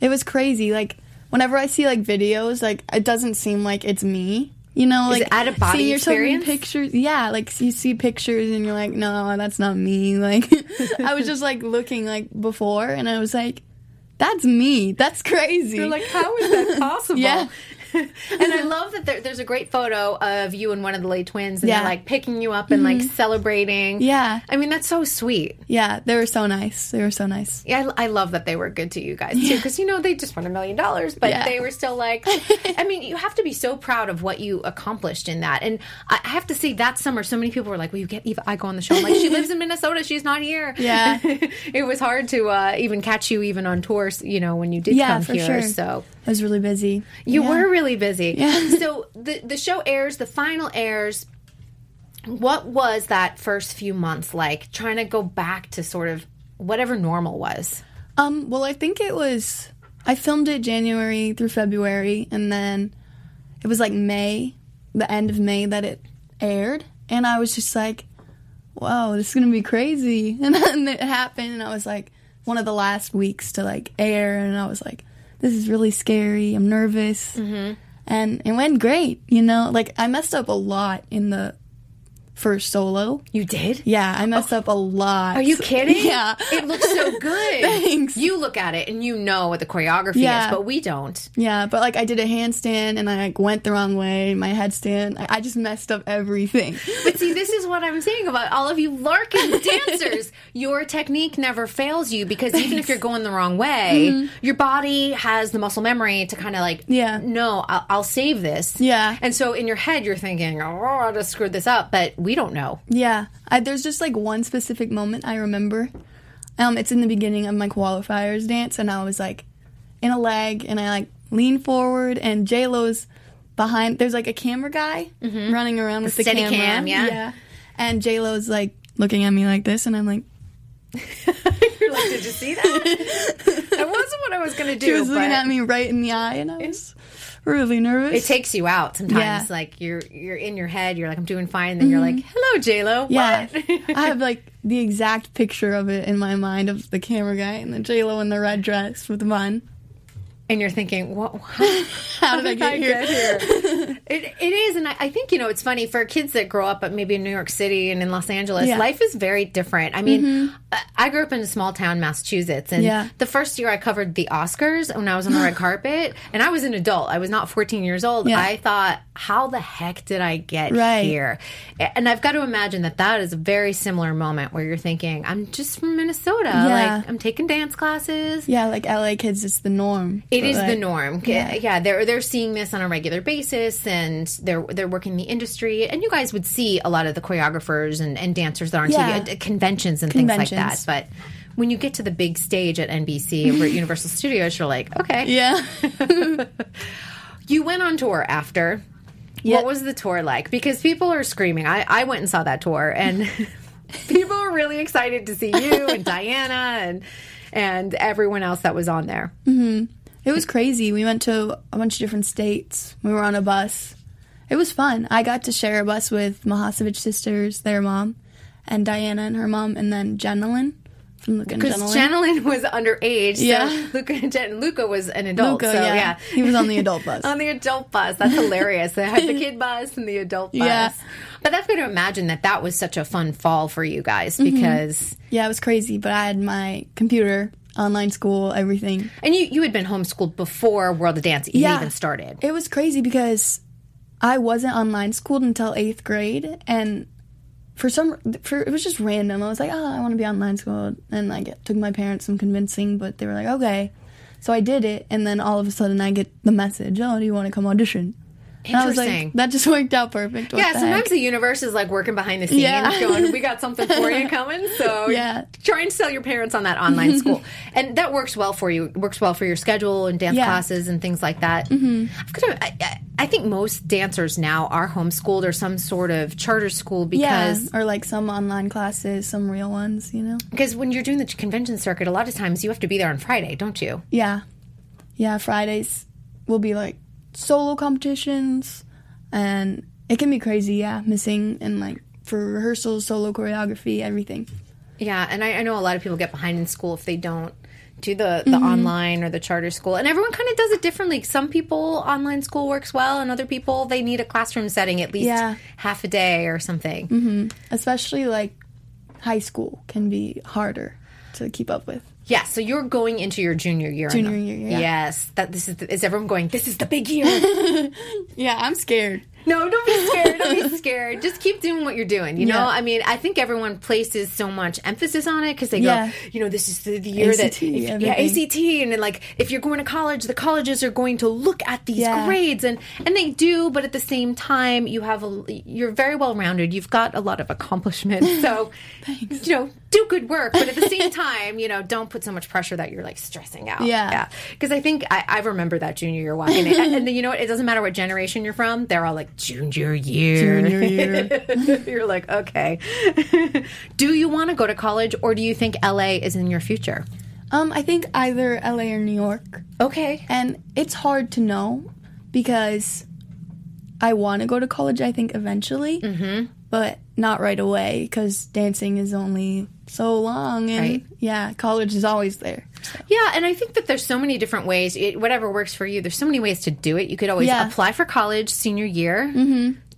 Speaker 4: It was crazy. Like whenever I see like videos, like it doesn't seem like it's me. You know,
Speaker 2: Is
Speaker 4: like
Speaker 2: it out-of-body
Speaker 4: seeing yourself in
Speaker 2: experience?
Speaker 4: pictures. Yeah, like you see pictures and you're like, no, that's not me. Like I was just like looking like before, and I was like, that's me. That's crazy.
Speaker 2: You're like, how is that possible?
Speaker 4: Yeah.
Speaker 2: and I love that there, there's a great photo of you and one of the late twins, and
Speaker 4: Yeah. Mm-hmm.
Speaker 2: they're like picking you up and like celebrating.
Speaker 4: Yeah.
Speaker 2: I mean that's so sweet.
Speaker 4: Yeah, they were so nice. They were so nice.
Speaker 2: Yeah, I, I love that they were good to you guys too, because you know they just won a million dollars, but
Speaker 4: Yeah.
Speaker 2: they were still like, I mean, you have to be so proud of what you accomplished in that. And I, I have to say, that summer, so many people were like, "Will you get Eva Igo on the show?" I'm like, she lives in Minnesota, she's not here.
Speaker 4: Yeah.
Speaker 2: it was hard to uh, even catch you even on tours, you know, when you did
Speaker 4: Yeah,
Speaker 2: come
Speaker 4: for
Speaker 2: here.
Speaker 4: sure.
Speaker 2: So
Speaker 4: I was really busy.
Speaker 2: you
Speaker 4: Yeah.
Speaker 2: were really busy.
Speaker 4: Yeah.
Speaker 2: So the the show airs, the final airs. What was that first few months like? Trying to go back to sort of whatever normal was.
Speaker 4: Um, well, I think it was. I filmed it January through February, and then it was like May, the end of May that it aired, and I was just like, "Wow, this is gonna be crazy!" And then it happened, and I was like, one of the last weeks to like air, and I was like, "This is really scary. I'm nervous." Mm-hmm. And it went great, you know. Like I messed up a lot in the first solo.
Speaker 2: You did?
Speaker 4: Yeah, I messed up a lot.
Speaker 2: Oh. Are you kidding?
Speaker 4: Yeah.
Speaker 2: It looks so good.
Speaker 4: Thanks.
Speaker 2: You look at it and you know what the choreography
Speaker 4: Yeah.
Speaker 2: is, but we don't.
Speaker 4: Yeah, but like I did a handstand and I like went the wrong way, my headstand. I, I just messed up everything.
Speaker 2: But see, this is what I'm saying about all of you Larkin dancers. Your technique never fails you because even if you're going the wrong way, your body has the muscle memory to kind of like,
Speaker 4: Mm-hmm. Yeah.
Speaker 2: no, I'll, I'll save this.
Speaker 4: Yeah.
Speaker 2: And so in your head, you're thinking, oh, I just screwed this up, but we don't know.
Speaker 4: yeah, I, there's just like one specific moment I remember. Um, it's in the beginning of my qualifiers dance, and I was like in a leg, and I like lean forward, and J Lo's behind. There's like a camera guy running around with the
Speaker 2: Steadicam,
Speaker 4: camera,
Speaker 2: yeah.
Speaker 4: and J Lo's like looking at me like this, and I'm like,
Speaker 2: You're like, did you see that? that wasn't what I was going to do.
Speaker 4: she was
Speaker 2: but-
Speaker 4: looking at me right in the eye, and I was really nervous.
Speaker 2: it takes you out sometimes.
Speaker 4: Yeah. Mm-hmm.
Speaker 2: Like you're you're in your head, you're like, I'm doing fine, and then you're like, Hello, J Lo.
Speaker 4: Yeah,
Speaker 2: What?
Speaker 4: I have like the exact picture of it in my mind of the camera guy and the J Lo in the red dress with the bun.
Speaker 2: and you're thinking, What how,
Speaker 4: How did I get here?
Speaker 2: it, it is, and I, I think, you know, it's funny for kids that grow up but maybe in New York City and in Los Angeles,
Speaker 4: Yeah. Mm-hmm.
Speaker 2: life is very different. I mean, I- I grew up in a small town, Massachusetts, and
Speaker 4: Yeah.
Speaker 2: the first year I covered the Oscars when I was on the red carpet, and I was an adult. I was not 14 years old.
Speaker 4: Yeah.
Speaker 2: I thought, how the heck did I get
Speaker 4: Right.
Speaker 2: here? A- And I've got to imagine that that is a very similar moment where you're thinking, I'm just from Minnesota.
Speaker 4: Yeah.
Speaker 2: Like, I'm taking dance classes.
Speaker 4: Yeah, like LA kids, it's the norm.
Speaker 2: It is the
Speaker 4: Like,
Speaker 2: norm. Yeah.
Speaker 4: yeah.
Speaker 2: yeah, they're they're seeing this on a regular basis, and they're they're working the industry. And you guys would see a lot of the choreographers and, and dancers that are on
Speaker 4: Yeah.
Speaker 2: TV at conventions and things like that.
Speaker 4: Conventions.
Speaker 2: But when you get to the big stage at NBC over at Universal Studios, you're like, okay.
Speaker 4: Yeah.
Speaker 2: You went on tour after.
Speaker 4: Yeah.
Speaker 2: What was the tour like? Because people are screaming. I, I went and saw that tour, and people were really excited to see you and Diana and and everyone else that was on there.
Speaker 4: It was crazy. We went to a bunch of different states. We were on a bus. It was fun. I got to share a bus with Mahasevich sisters, their mom, and Diana and her mom, and then Jenalyn from Luke and
Speaker 2: Because
Speaker 4: Jenalyn.
Speaker 2: Chanelin was underage,
Speaker 4: Yeah.
Speaker 2: so Luca and Jen, Luca was an adult.
Speaker 4: Luca,
Speaker 2: so yeah. Um,
Speaker 4: yeah. He was on the adult bus.
Speaker 2: on the adult bus. That's hilarious. They had the kid bus and the adult bus.
Speaker 4: Yeah.
Speaker 2: But I've got to imagine that that was such a fun fall for you guys
Speaker 4: Mm-hmm.
Speaker 2: because,
Speaker 4: yeah, it was crazy, but I had my computer, online school, everything.
Speaker 2: and you you had been homeschooled before World of Dance even,
Speaker 4: Yeah.
Speaker 2: even started.
Speaker 4: It was crazy because I wasn't online schooled until eighth grade, and for some, for it was just random. I was like, oh, I want to be online schooled, and like it took my parents some convincing, but they were like, okay. So I did it, and then all of a sudden I get the message, oh, do you want to come audition? And I was
Speaker 2: Interesting.
Speaker 4: like, that just worked out perfect. What
Speaker 2: yeah,
Speaker 4: the
Speaker 2: sometimes
Speaker 4: heck?
Speaker 2: the universe is like working behind the scenes,
Speaker 4: Yeah.
Speaker 2: going, "We got something for you coming." So
Speaker 4: Yeah.
Speaker 2: try and sell your parents on that online school, and that works well for you. It works well for your schedule and dance
Speaker 4: Yeah. Mm-hmm.
Speaker 2: classes and things like that. I've got to, I, I- I think most dancers now are homeschooled or some sort of charter school
Speaker 4: yeah,
Speaker 2: because
Speaker 4: or like some online classes, some real ones, you know.
Speaker 2: because when you're doing the convention circuit, a lot of times you have to be there on Friday, don't you?
Speaker 4: Yeah. Yeah, Fridays will be like solo competitions and it can be crazy, yeah, missing and like for rehearsals, solo choreography, everything.
Speaker 2: Yeah, and I, I know a lot of people get behind in school if they don't do the, the
Speaker 4: Mm-hmm.
Speaker 2: online or the charter school. And everyone kind of does it differently. Some people online school works well, and other people they need a classroom setting at least
Speaker 4: Yeah. Mm-hmm.
Speaker 2: half a day or something.
Speaker 4: Especially like high school can be harder to keep up with.
Speaker 2: Yeah, so you're going into your junior year.
Speaker 4: Junior
Speaker 2: now.
Speaker 4: year, yeah.
Speaker 2: Yes, that this is the, is everyone going? This is the big year.
Speaker 4: Yeah, I'm scared.
Speaker 2: no, don't be scared. Don't be scared. Just keep doing what you're doing. You know,
Speaker 4: Yeah.
Speaker 2: I mean, I think everyone places so much emphasis on it because they
Speaker 4: Yeah.
Speaker 2: go, you know, this is the, the year that
Speaker 4: ACT,
Speaker 2: if- yeah,
Speaker 4: everything.
Speaker 2: ACT, and then, like if you're going to college, the colleges are going to look at these
Speaker 4: Yeah.
Speaker 2: grades, and and they do, but at the same time, you have a you're very well rounded. You've got a lot of accomplishments, so you know, do good work, but at the same time, you know, don't put so much pressure that you're like stressing out.
Speaker 4: Yeah.
Speaker 2: Yeah. Because I think I, I remember that junior year walking in. And, then, you know what? It doesn't matter what generation you're from. They're all like, junior year.
Speaker 4: Junior year.
Speaker 2: you're like, okay. do you want to go to college or do you think LA is in your future?
Speaker 4: um, I think either LA or New York.
Speaker 2: Okay.
Speaker 4: And it's hard to know because I want to go to college, I think, eventually,
Speaker 2: Mm-hmm.
Speaker 4: but not right away because dancing is only so long. And
Speaker 2: Right.
Speaker 4: yeah, college is always there.
Speaker 2: Yeah. And I think that there's so many different ways, it, whatever works for you, there's so many ways to do it. You could always
Speaker 4: Yeah. Mm-hmm.
Speaker 2: apply for college senior year.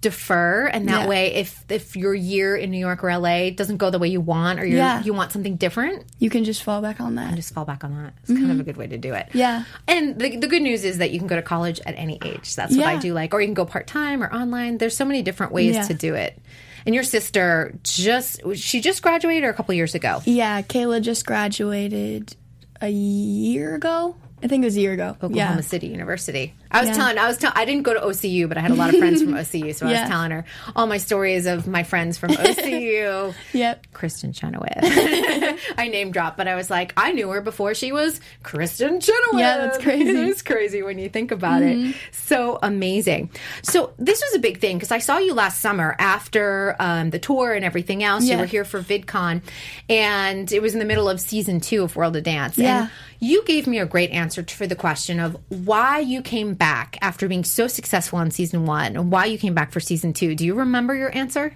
Speaker 2: Defer, and that
Speaker 4: Yeah.
Speaker 2: way, if if your year in New York or LA doesn't go the way you want, or you're,
Speaker 4: Yeah.
Speaker 2: you want something different,
Speaker 4: You can just fall back on that.
Speaker 2: just fall back on that. It's kind of a good way to do it.
Speaker 4: Mm-hmm. Yeah.
Speaker 2: And the, the good news is that you can go to college at any age. That's what I
Speaker 4: Yeah.
Speaker 2: do like. Or you can go part time or online. There's so many different ways
Speaker 4: Yeah.
Speaker 2: to do it. And your sister just she just graduated a couple years ago.
Speaker 4: Yeah, Kayla just graduated a year ago. I think it was a year ago.
Speaker 2: Oklahoma
Speaker 4: yeah.
Speaker 2: City University. I was
Speaker 4: Yeah.
Speaker 2: telling, I was telling, I didn't go to OCU, but I had a lot of friends from OCU, so I
Speaker 4: Yeah.
Speaker 2: was telling her all my stories of my friends from OCU.
Speaker 4: Yep.
Speaker 2: Kristen Chenoweth. I name drop, but I was like, I knew her before she was Kristen Chenoweth.
Speaker 4: Yeah, that's crazy. Mm-hmm.
Speaker 2: it's crazy when you think about it. So amazing. So this was a big thing because I saw you last summer after um, the tour and everything else. You
Speaker 4: Yeah.
Speaker 2: were here for VidCon, and it was in the middle of season two of World of Dance.
Speaker 4: Yeah.
Speaker 2: And you gave me a great answer to, for the question of why you came back after being so successful on season one and why you came back for season two. Do you remember your answer?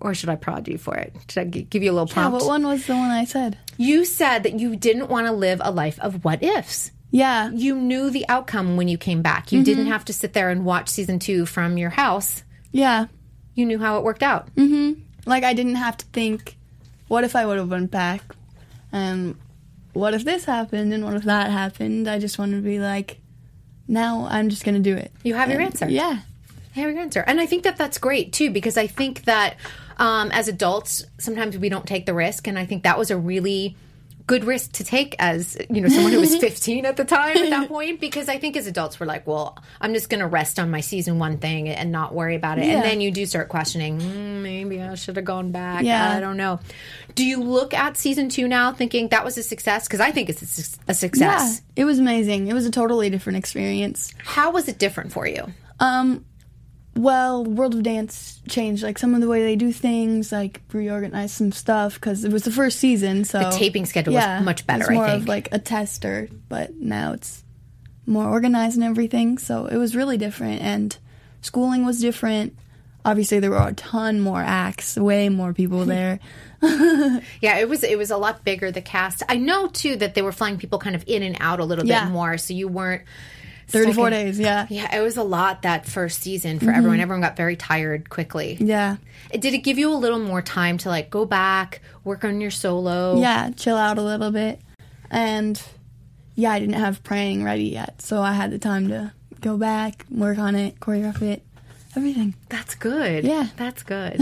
Speaker 2: Or should I prod you for it? Should I gi- give you a little
Speaker 4: Yeah,
Speaker 2: prompt?
Speaker 4: what one was the one I said?
Speaker 2: You said that you didn't want to live a life of what ifs.
Speaker 4: Yeah.
Speaker 2: You knew the outcome when you came back. You didn't have to sit there and watch season two from your house.
Speaker 4: Yeah.
Speaker 2: You knew how it worked out.
Speaker 4: Like I didn't have to think, what if I would have went back, and what if this happened, and what if that happened. I just wanted to be like, now I'm just gonna do it.
Speaker 2: You have your
Speaker 4: And-
Speaker 2: answer.
Speaker 4: Yeah,
Speaker 2: I have your answer. And I think that that's great too, because I think that um, as adults, sometimes we don't take the risk. And I think that was a really good risk to take as you know someone who was 15 at the time at that point because i think as adults we're like well i'm just going to rest on my season one thing and not worry about it
Speaker 4: Yeah.
Speaker 2: and then you do start questioning "Mm, maybe i should have gone back
Speaker 4: Yeah.
Speaker 2: i don't know do you look at season two now thinking that was a success because i think it's a, suc- a success
Speaker 4: yeah. It was amazing. It was a totally different experience.
Speaker 2: how was it different for you
Speaker 4: Um, Well, World of Dance changed like some of the way they do things, like reorganized some stuff because it was the first season. So the
Speaker 2: taping schedule was much better,
Speaker 4: It's
Speaker 2: I
Speaker 4: more
Speaker 2: think.
Speaker 4: of like a tester, but now it's more organized and everything. So it was really different, and schooling was different. Obviously, there were a ton more acts, way more people there.
Speaker 2: Yeah, it was it was a lot bigger the cast. I know too that they were flying people kind of in and out a little
Speaker 4: Yeah.
Speaker 2: bit more, so you weren't
Speaker 4: Thirty-four
Speaker 2: stuck in-
Speaker 4: days, Mm-hmm. yeah,
Speaker 2: Yeah, it was a lot that first season for everyone. Everyone got very tired quickly.
Speaker 4: yeah,
Speaker 2: Did it give you a little more time to like go back, work on your solo?
Speaker 4: yeah. Chill out a little bit, and yeah, I didn't have praying ready yet, so I had the time to go back, work on it, choreograph it, everything.
Speaker 2: That's good.
Speaker 4: Yeah.
Speaker 2: That's good.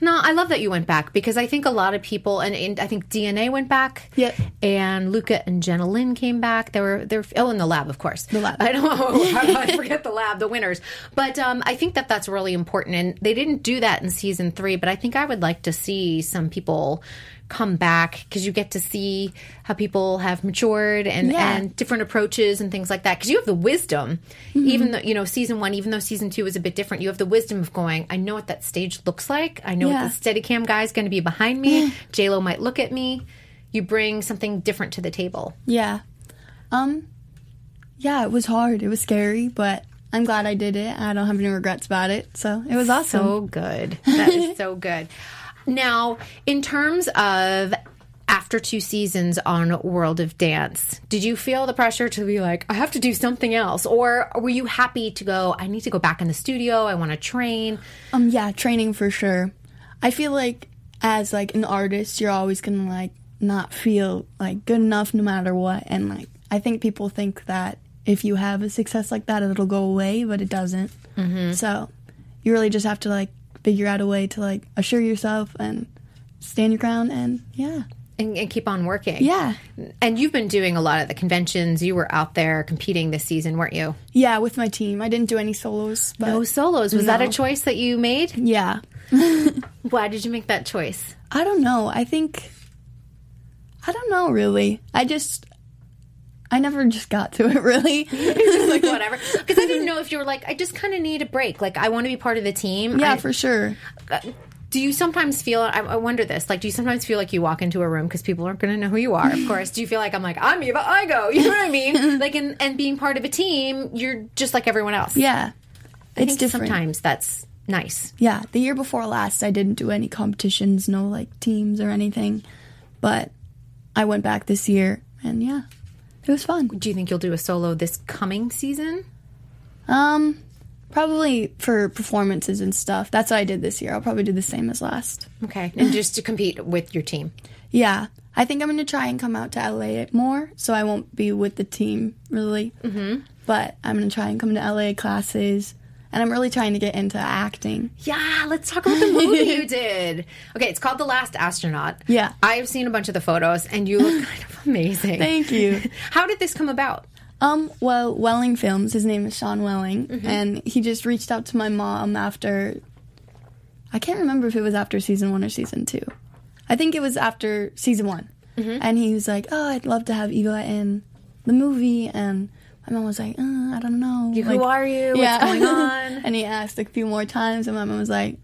Speaker 2: no, I love that you went back because I think a lot of people and, and I think DNA went back.
Speaker 4: Yep.
Speaker 2: And Luca and Jenna Lynn came back. They were they were oh in the lab, of course. The
Speaker 4: lab.
Speaker 2: I know I forget the lab, the winners. But um, I think that that's really important and they didn't do that in season 3, but I think I would like to see some people come back because you get to see how people have matured and
Speaker 4: Yeah.
Speaker 2: and different approaches and things like that because you have the wisdom even though you know season one even though season two is a bit different you have the wisdom of going i know what that stage looks like i know
Speaker 4: Yeah.
Speaker 2: what the steady cam guy is going to be behind me j-lo might look at me you bring something different to the table
Speaker 4: Yeah. Um yeah, it was hard. It was scary, but I'm glad I did it. I don't have any regrets about it. So, it was awesome.
Speaker 2: so good that is so good now in terms of after two seasons on World of Dance, did you feel the pressure to be like, I have to do something else? Or were you happy to go, I need to go back in the studio, I want to train?
Speaker 4: um yeah, training for sure. I feel like as like an artist, you're always going to like not feel like good enough no matter what. And like, I think people think that if you have a success like that, it'll go away, but it doesn't. So you really just have to like figure out a way to like assure yourself and stand your ground. And yeah,
Speaker 2: and, and keep on working.
Speaker 4: yeah,
Speaker 2: And you've been doing a lot of the conventions. You were out there competing this season, weren't you?
Speaker 4: yeah. With my team, I didn't do any solos, but
Speaker 2: No solos. Was that a
Speaker 4: No.
Speaker 2: choice that you made?
Speaker 4: yeah,
Speaker 2: Why did you make that choice?
Speaker 4: I don't know. I think I don't know really. I just I never just got to it really.
Speaker 2: Just like whatever. Because I didn't know if you were like, I just kind of need a break. Like, I want to be part of the team.
Speaker 4: yeah,
Speaker 2: I- Uh,
Speaker 4: for sure.
Speaker 2: do you sometimes feel, I, I wonder this, like, do you sometimes feel like you walk into a room because people aren't going to know who you are, of course? Do you feel like I'm like, I'm Eva Igo? You know what I mean? like, and, and being part of a team, you're just like everyone else.
Speaker 4: Yeah.
Speaker 2: I
Speaker 4: It's
Speaker 2: think
Speaker 4: different.
Speaker 2: Sometimes that's nice.
Speaker 4: Yeah, the year before last I didn't do any competitions, no like teams or anything. But I went back this year and yeah. It was fun.
Speaker 2: Do you think you'll do a solo this coming season?
Speaker 4: Um probably for performances and stuff. That's what I did this year. I'll probably do the same as last.
Speaker 2: Okay. And just to compete with your team.
Speaker 4: Yeah. I think I'm going to try and come out to LA more, so I won't be with the team really. Mm-hmm. But I'm going to try and come to LA classes, and I'm really trying to get into acting.
Speaker 2: Yeah, let's talk about the movie you did. Okay, it's called The Last Astronaut.
Speaker 4: Yeah.
Speaker 2: I've seen a bunch of the photos and you look kind of amazing.
Speaker 4: Thank you.
Speaker 2: How did this come about?
Speaker 4: Um, well, Welling Films, his name is Sean Welling, and he just reached out to my mom after I can't remember if it was after season one or season two. I think it was after season one.
Speaker 2: Mm-hmm.
Speaker 4: And he was like, Oh, I'd love to have Eva in the movie. And my mom was like, uh, I don't know.
Speaker 2: Who
Speaker 4: like-
Speaker 2: are you? What's going on?
Speaker 4: and he asked a few more times, and my mom was like,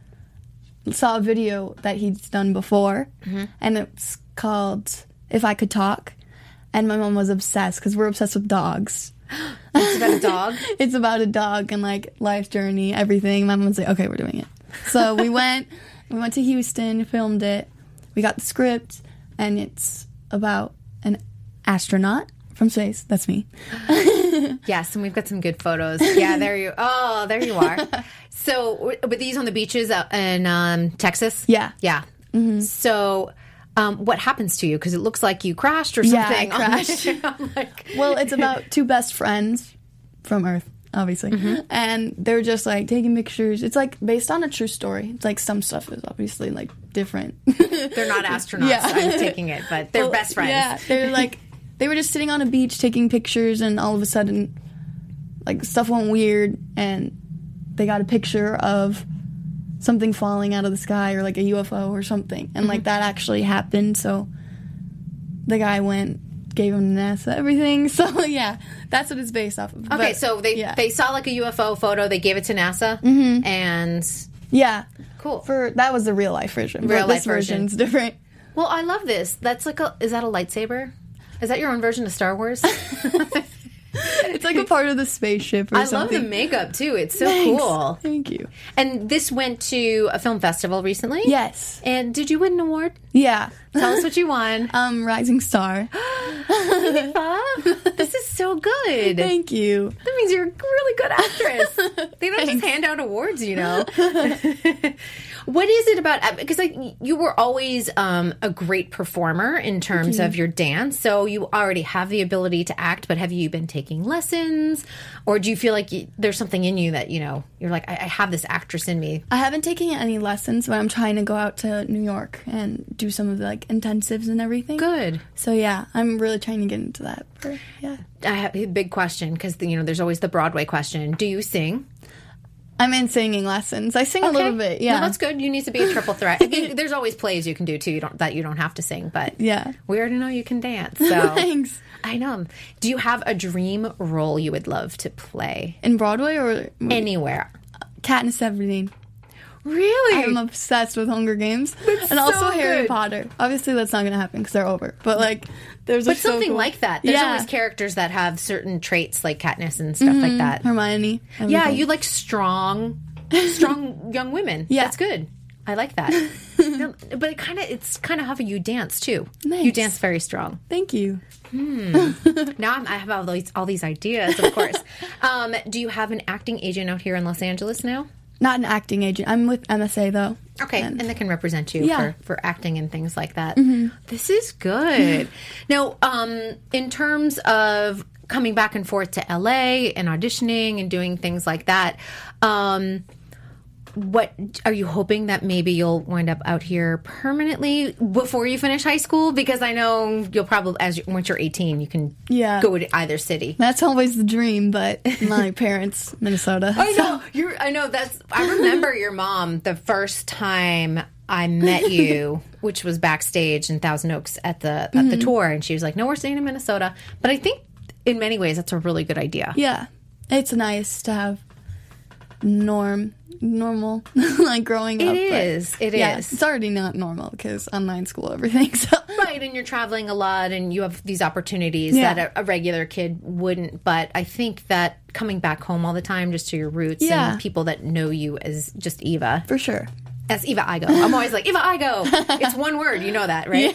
Speaker 4: saw a video that he's done before,
Speaker 2: Mm-hmm.
Speaker 4: and it's called If I Could Talk. And my mom was obsessed because we're obsessed with dogs.
Speaker 2: It's about a dog.
Speaker 4: It's about a dog and like life journey, everything. My mom was like, okay, we're doing it. So we went, we went to Houston, filmed it. We got the script, and it's about an astronaut from space. That's me.
Speaker 2: Yes, and we've got some good photos. Yeah, there you. Oh, there you are. So, w- were these on the beaches out in um, Texas?
Speaker 4: Yeah. Mm-hmm.
Speaker 2: yeah. So, um, what happens to you? Because it looks like you crashed or
Speaker 4: Yeah, I
Speaker 2: something. on the-
Speaker 4: crashed.
Speaker 2: I'm like,
Speaker 4: well, it's about two best friends from Earth, obviously, and they're just like taking pictures. It's like based on a true story. It's like some stuff is obviously like different.
Speaker 2: they're not astronauts.
Speaker 4: Yeah.
Speaker 2: I'm taking it, but they're best friends.
Speaker 4: Yeah, they're like they were just sitting on a beach taking pictures, and all of a sudden, like stuff went weird, and they got a picture of something falling out of the sky or like a UFO or something, and
Speaker 2: Mm-hmm.
Speaker 4: like that actually happened. So the guy went, gave him NASA everything. So yeah, that's what it's based off of.
Speaker 2: Okay,
Speaker 4: But,
Speaker 2: so they
Speaker 4: yeah.
Speaker 2: they saw like a UFO photo. They gave it to NASA, and
Speaker 4: yeah
Speaker 2: cool.
Speaker 4: for that was the real life version.
Speaker 2: Real
Speaker 4: but this
Speaker 2: life version.
Speaker 4: version's different.
Speaker 2: well, I love this. That's like a is that a lightsaber? Is that your own version of Star Wars?
Speaker 4: It's like a part of the spaceship or
Speaker 2: I love
Speaker 4: something.
Speaker 2: the makeup too. It's so
Speaker 4: Thanks.
Speaker 2: cool.
Speaker 4: Thank you.
Speaker 2: And this went to a film festival recently.
Speaker 4: Yes.
Speaker 2: And did you win an award?
Speaker 4: Yeah.
Speaker 2: Tell us what you won.
Speaker 4: Um, Rising Star.
Speaker 2: this is so good.
Speaker 4: Uh, Thank you.
Speaker 2: That means you're a really good actress. They don't just hand out awards, you know. what is it about? Because like you were always um, a great performer in terms of your dance, so you already have the ability to act. But have you been taking lessons, or do you feel like you, there's something in you that you know you're like I, I have this actress in me?
Speaker 4: I haven't taken any lessons, but I'm trying to go out to New York and do some of the like intensives and everything.
Speaker 2: Good.
Speaker 4: So yeah, I'm really trying to get into that. For, yeah.
Speaker 2: I have a big question because you know there's always the Broadway question. Do you sing?
Speaker 4: I'm in singing lessons. I sing a little
Speaker 2: Okay.
Speaker 4: bit. Yeah.
Speaker 2: No, that's good. You need to be a triple threat. I mean, there's always plays you can do too. You don't that you don't have to sing, but
Speaker 4: Yeah.
Speaker 2: we already know you can dance. So
Speaker 4: Thanks.
Speaker 2: I know. Do you have a dream role you would love to play
Speaker 4: In Broadway or
Speaker 2: anywhere?
Speaker 4: Katniss Everdeen.
Speaker 2: Really?
Speaker 4: I'm obsessed with Hunger Games and also
Speaker 2: so
Speaker 4: Harry
Speaker 2: good.
Speaker 4: Potter. Obviously, that's not going to happen because they're over. But like, there's
Speaker 2: but something like that. There's always characters that have certain traits like Katniss and stuff
Speaker 4: Mm-hmm.
Speaker 2: like that.
Speaker 4: Hermione.
Speaker 2: Yeah,
Speaker 4: everything.
Speaker 2: you like strong, strong young women.
Speaker 4: Yeah.
Speaker 2: that's good. I like that. No, but it kind of it's kind of how you dance too. You
Speaker 4: Nice.
Speaker 2: dance very strong.
Speaker 4: Thank you.
Speaker 2: Now I'm, I have all these all these ideas. Of course. um, do you have an acting agent out here in Los Angeles now?
Speaker 4: Not an acting agent. I'm with MSA though.
Speaker 2: Okay, and, they can represent you
Speaker 4: Yeah.
Speaker 2: for, for acting and things like that. This is good. now, um, in terms of coming back and forth to LA and auditioning and doing things like that, um, what are you hoping that maybe you'll wind up out here permanently before you finish high school? Because I know you'll probably, as you, once you're 18, you can
Speaker 4: Yeah.
Speaker 2: go to either city.
Speaker 4: That's always the dream, but my parents, Minnesota.
Speaker 2: I know you're. I know that's. I remember your mom the first time I met you, which was backstage in Thousand Oaks at the at
Speaker 4: Mm-hmm.
Speaker 2: the tour, and she was like, "No, we're staying in Minnesota." But I think in many ways that's a really good idea.
Speaker 4: Yeah, it's nice to have norm normal like growing up.
Speaker 2: It
Speaker 4: but-
Speaker 2: is. It is.
Speaker 4: yeah, it's already not normal because online school everything. So
Speaker 2: Right, and you're traveling a lot, and you have these opportunities
Speaker 4: Yeah.
Speaker 2: that a, a regular kid wouldn't. But I think that coming back home all the time, just to your roots
Speaker 4: Yeah.
Speaker 2: and people that know you as just Eva,
Speaker 4: for sure,
Speaker 2: as Eva Igo. I'm always like Eva Igo. It's one word, you know that, right?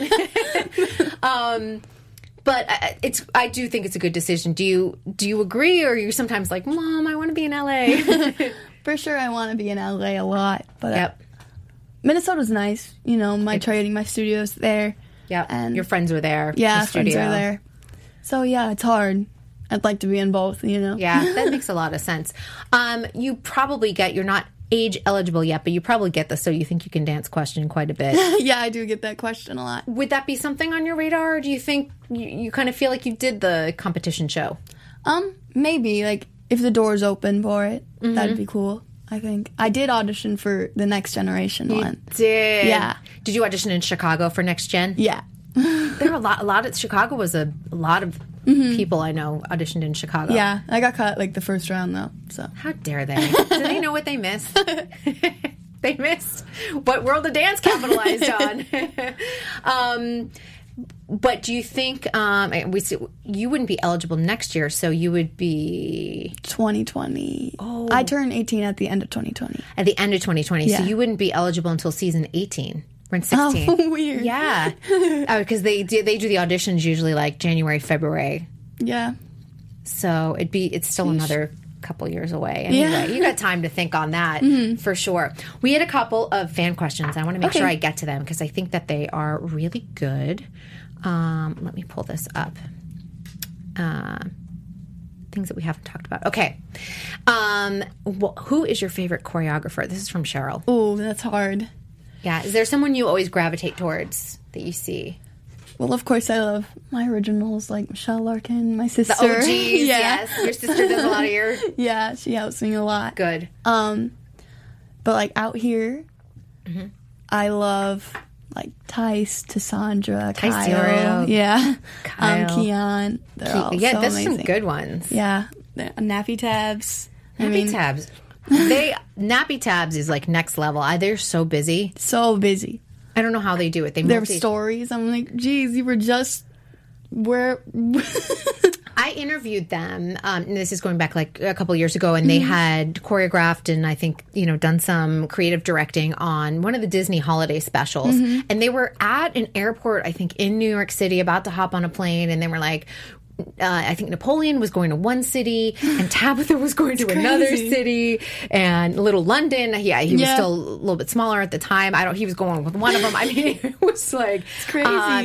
Speaker 2: um, but I- I, it's I do think it's a good decision. Do you do you agree, or are you sometimes like, Mom, I want to be in LA?
Speaker 4: for sure, I want to be in LA a lot, but uh,
Speaker 2: yep,
Speaker 4: Minnesota's nice. You know, my trading, my studio's there.
Speaker 2: yep.
Speaker 4: And-
Speaker 2: Your friends were there.
Speaker 4: Yeah,
Speaker 2: the
Speaker 4: friends
Speaker 2: studio.
Speaker 4: are there. So yeah, it's hard. I'd like to be in both. You know.
Speaker 2: Yeah, that makes a lot of sense. Um, you probably get you're not age eligible yet, but you probably get the so you think you can dance question quite a bit.
Speaker 4: Yeah, I do get that question a lot.
Speaker 2: Would that be something on your radar, or do you think you, you kind of feel like you did the competition show?
Speaker 4: Um, maybe like if the door's open for it,
Speaker 2: Mm-hmm.
Speaker 4: that'd be cool. I think I did audition for the Next Generation one.
Speaker 2: Did
Speaker 4: Yeah.
Speaker 2: Did you audition in Chicago for Next Gen?
Speaker 4: Yeah,
Speaker 2: Oh. There were a lot. A lot of Chicago was a, a lot of people I know auditioned in Chicago.
Speaker 4: Mm-hmm. yeah. I got cut like the first round though. So
Speaker 2: How dare they? Do they know what they missed? they missed what World of Dance capitalized on. um, but do you think um, and we see- you wouldn't be eligible next year? So you would be
Speaker 4: 2020. Oh. I turned 18 at the end of 2020.
Speaker 2: at the end of 2020. So
Speaker 4: Yeah. Oh,
Speaker 2: you wouldn't be eligible until season 18 or in 16.
Speaker 4: Weird.
Speaker 2: Yeah, because they do, they do the auditions usually like January, February.
Speaker 4: Yeah.
Speaker 2: So it'd be it's still another couple years away. Anyway,
Speaker 4: Yeah. Mm-hmm.
Speaker 2: you got time to think on that for sure. We had a couple of fan questions. I want to make sure I get to them because I think that they are really good. Um, let me pull this up. Uh, things that we haven't talked about. Okay, um, wh- who is your favorite choreographer? This is from Cheryl.
Speaker 4: Ooh, that's hard.
Speaker 2: Yeah, is there someone you always gravitate towards that you see?
Speaker 4: Well, of course, I love my originals like Michelle Larkin, my sister.
Speaker 2: The OGs.
Speaker 4: yeah.
Speaker 2: Yes, your sister does a lot of your
Speaker 4: Yeah, she helps me a lot.
Speaker 2: good.
Speaker 4: But like out here,
Speaker 2: Mm-hmm.
Speaker 4: I love like Tice, Tassandra, Kyle.
Speaker 2: Diarra.
Speaker 4: Yeah.
Speaker 2: Kyle.
Speaker 4: Um, Keon. They're all
Speaker 2: yeah,
Speaker 4: so
Speaker 2: there's
Speaker 4: amazing.
Speaker 2: some good ones.
Speaker 4: Yeah. The- Nappy tabs. I
Speaker 2: Nappy
Speaker 4: mean,
Speaker 2: tabs. They nappy tabs is like next level. I, they're so busy.
Speaker 4: so busy.
Speaker 2: I don't know how they do it. They
Speaker 4: Their
Speaker 2: multi-
Speaker 4: stories. I'm like, geez, you were just where.
Speaker 2: I interviewed them. Um, and this is going back like a couple years ago, and they
Speaker 4: Mm-hmm.
Speaker 2: had choreographed and I think you know done some creative directing on one of the Disney holiday specials.
Speaker 4: Mm-hmm.
Speaker 2: And they were at an airport, I think, in New York City, about to hop on a plane, and they were like. Uh, I think Napoleon was going to one city, and Tabitha was going to another
Speaker 4: crazy.
Speaker 2: city, and Little London. Yeah, he was
Speaker 4: Yeah.
Speaker 2: still a little bit smaller at the time. I don't. He was going with one of them. I mean, it was like um,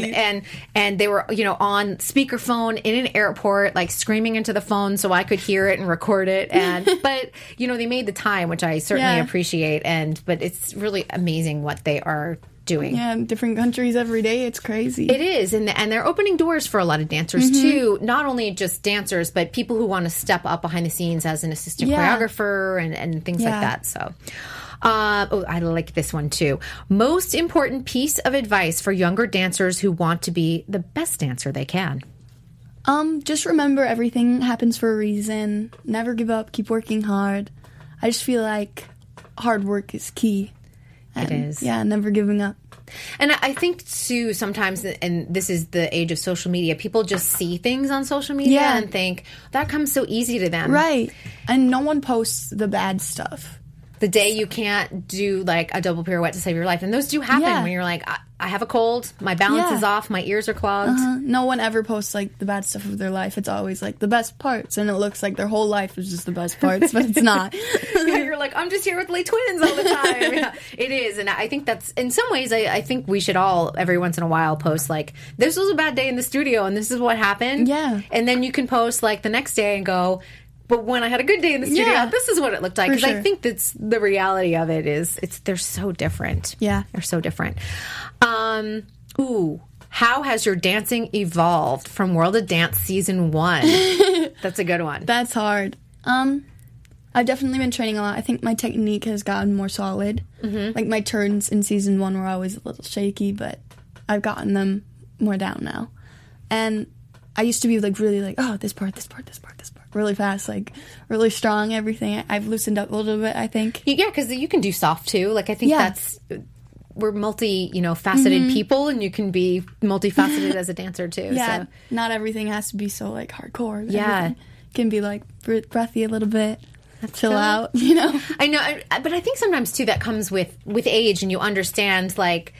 Speaker 4: crazy.
Speaker 2: and and they were you know on speakerphone in an airport, like screaming into the phone so I could hear it and record it. And but you know they made the time, which I certainly
Speaker 4: Yeah.
Speaker 2: appreciate. And but it's really amazing what they are doing.
Speaker 4: yeah, in different countries every day. It's crazy.
Speaker 2: It is, and and they're opening doors for a lot of dancers
Speaker 4: Mm-hmm.
Speaker 2: too. Not only just dancers, but people who want to step up behind the scenes as an assistant
Speaker 4: Yeah.
Speaker 2: choreographer and and things like
Speaker 4: Yeah.
Speaker 2: that. So. Uh, oh, I like this one too. Most important piece of advice for younger dancers who want to be the best dancer they can.
Speaker 4: Um, just remember everything happens for a reason. Never give up. Keep working hard. I just feel like hard work is key. And,
Speaker 2: is.
Speaker 4: Yeah, never giving up.
Speaker 2: And I- I think too sometimes, and this is the age of social media. People just see things on social media
Speaker 4: Yeah.
Speaker 2: and think that comes so easy to them.
Speaker 4: Right. And no one posts the bad stuff.
Speaker 2: the day you can't do like a double pirouette to save your life. And those do happen
Speaker 4: Yeah.
Speaker 2: when you're like, I, I have a cold, my balance
Speaker 4: Yeah. Uh-huh.
Speaker 2: is off, my ears are clogged.
Speaker 4: No one ever posts like the bad stuff of their life. It's always like the best parts, and it looks like their whole life is just the best parts, but it's not.
Speaker 2: Yeah, you're like, I'm just here with late twins all the time. Yeah, it is. And I think that's, in some ways, I, I think we should all, every once in a while, post like, this was a bad day in the studio and this is what happened.
Speaker 4: Yeah.
Speaker 2: And then you can post like the next day and go, but when I had a good day in the studio,
Speaker 4: Yeah.
Speaker 2: this is what it looked like.
Speaker 4: For
Speaker 2: Because I
Speaker 4: sure.
Speaker 2: think that's the reality of it is it's they're so different.
Speaker 4: Yeah.
Speaker 2: They're so different. Um, ooh. How has your dancing evolved from World of Dance season one? That's a good one.
Speaker 4: That's hard. Um, I've definitely been training a lot. I think my technique has gotten more solid. Like my turns in season one were always a little shaky, but I've gotten them more down now. And I used to be like really like, oh, this part, this part, this part, this part, really fast, like really strong. Everything. I- I've loosened up a little bit. I think.
Speaker 2: Yeah, because you can do soft too. Like I think
Speaker 4: Yeah. Mm-hmm.
Speaker 2: that's we're multi, you know, faceted people, and you can be multifaceted as a dancer too.
Speaker 4: Yeah.
Speaker 2: So.
Speaker 4: Not everything has to be so like hardcore. but
Speaker 2: Yeah.
Speaker 4: everything Can be like br- breathy a little bit. Chill out, you know.
Speaker 2: I know, I, I- but I think sometimes too that comes with with age, and you understand like.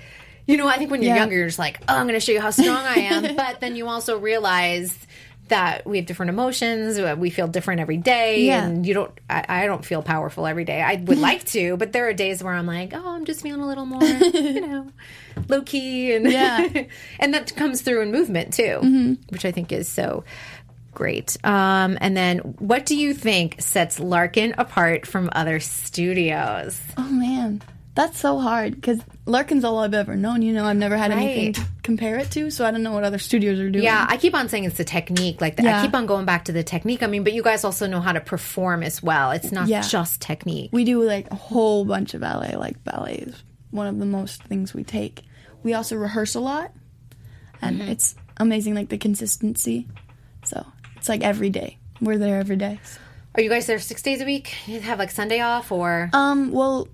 Speaker 2: You know, I think when you're
Speaker 4: Yeah.
Speaker 2: younger, you're just like, oh, I'm going to show you how strong I am. but then you also realize that we have different emotions. uh, We feel different every day.
Speaker 4: Yeah.
Speaker 2: And you don't, I, I don't feel powerful every day. I would like to, but there are days where I'm like, oh, I'm just feeling a little more, you know, low key. And
Speaker 4: Yeah.
Speaker 2: and that comes through in movement too, which I think is so great. Um, and then, what do you think sets Larkin apart from other studios?
Speaker 4: Oh man, that's so hard because Larkin's all I've ever known. You know, I've never had anything
Speaker 2: Right.
Speaker 4: to compare it to, so I don't know what other studios are doing.
Speaker 2: Yeah, I keep on saying it's the technique. Like the, I
Speaker 4: Yeah.
Speaker 2: keep on going back to the technique. I mean, but you guys also know how to perform as well. It's not
Speaker 4: Yeah.
Speaker 2: just technique.
Speaker 4: we do like a whole bunch of ballet. Like ballet is one of the most things we take. We also rehearse a lot, and
Speaker 2: Mm-hmm.
Speaker 4: it's amazing, like the consistency. So it's like every day. We're there every day. so.
Speaker 2: Are you guys there six days a week? You have like Sunday off or
Speaker 4: Um, well,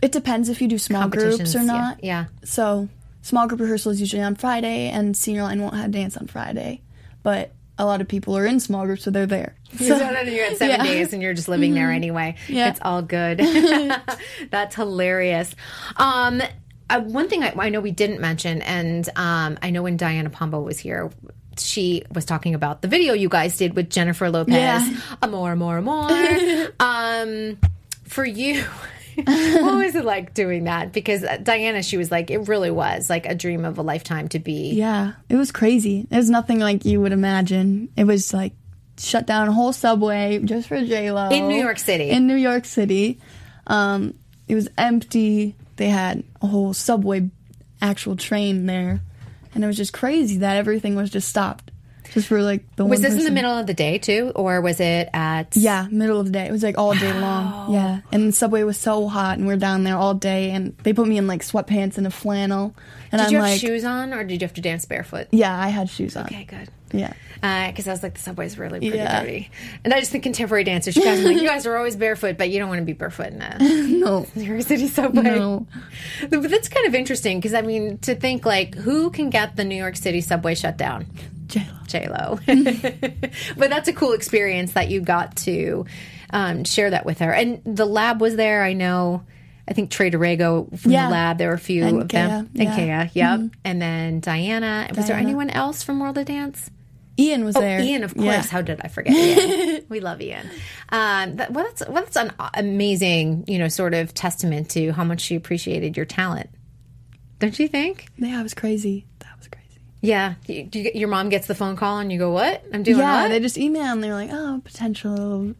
Speaker 4: it depends if you do small groups
Speaker 2: competitions?
Speaker 4: or
Speaker 2: Yeah,
Speaker 4: not.
Speaker 2: Yeah.
Speaker 4: So small group rehearsal is usually on Friday, and senior line won't have dance on Friday, but a lot of people are in small groups, so they're there.
Speaker 2: So, you're at seven days and you're just living there anyway.
Speaker 4: Yeah.
Speaker 2: It's all good. That's hilarious. Um, uh, one thing I, I know we didn't mention, and um, I know when Diana Pombo was here, she was talking about the video you guys did with Jennifer Lopez,
Speaker 4: Yeah.
Speaker 2: Amor, Amor, Amor. um, for you, what was it like doing that? Because uh, Diana, she was like, it really was like a dream of a lifetime to be
Speaker 4: Yeah, it was crazy. It was nothing like you would imagine. It was like shut down a whole subway just for J Lo
Speaker 2: In New York City.
Speaker 4: In New York City, um, it was empty. They had a whole subway, actual train there, and it was just crazy that everything was just stopped, just for like the
Speaker 2: Was
Speaker 4: one
Speaker 2: this in the
Speaker 4: person.
Speaker 2: middle of the day too, or was it at?
Speaker 4: Yeah, middle of the day. It was like all day long. Yeah. And the subway was so hot and we are down there all day and they put me in like sweatpants and a flannel. And
Speaker 2: Did
Speaker 4: I'm
Speaker 2: you have
Speaker 4: like
Speaker 2: shoes on, or did you have to dance barefoot?
Speaker 4: Yeah, I had shoes on.
Speaker 2: Okay, good.
Speaker 4: Yeah.
Speaker 2: Because Uh, I was like, the subway's really pretty
Speaker 4: Yeah.
Speaker 2: dirty, and I just think contemporary dancers. You guys, are like, you guys are always barefoot, but you don't want to be barefoot in a New
Speaker 4: No.
Speaker 2: York City subway.
Speaker 4: No.
Speaker 2: But that's kind of interesting because I mean, to think like, who can get the New York City subway shut down?
Speaker 4: J-Lo.
Speaker 2: J Lo. but that's a cool experience that you got to um, share that with her. And the lab was there. I know. I think Trey Dorego from
Speaker 4: Yeah.
Speaker 2: the lab. There were a few
Speaker 4: And
Speaker 2: of them.
Speaker 4: Kea,
Speaker 2: And Kea,
Speaker 4: yeah. Mm-hmm.
Speaker 2: yep. And then Diana. Was there
Speaker 4: Diana.
Speaker 2: anyone else from World of Dance?
Speaker 4: Ian was
Speaker 2: Oh,
Speaker 4: there.
Speaker 2: Ian, of course.
Speaker 4: Yeah.
Speaker 2: How did I forget? Ian? we love Ian. Um, that, well, that's well, that's an amazing, you know, sort of testament to how much she appreciated your talent. Don't you think?
Speaker 4: yeah, it was crazy. That was crazy.
Speaker 2: Yeah, you, do you get- your mom gets the phone call and you go, "What? I'm doing
Speaker 4: yeah,
Speaker 2: what?
Speaker 4: they just emailed and they were like, Oh, potential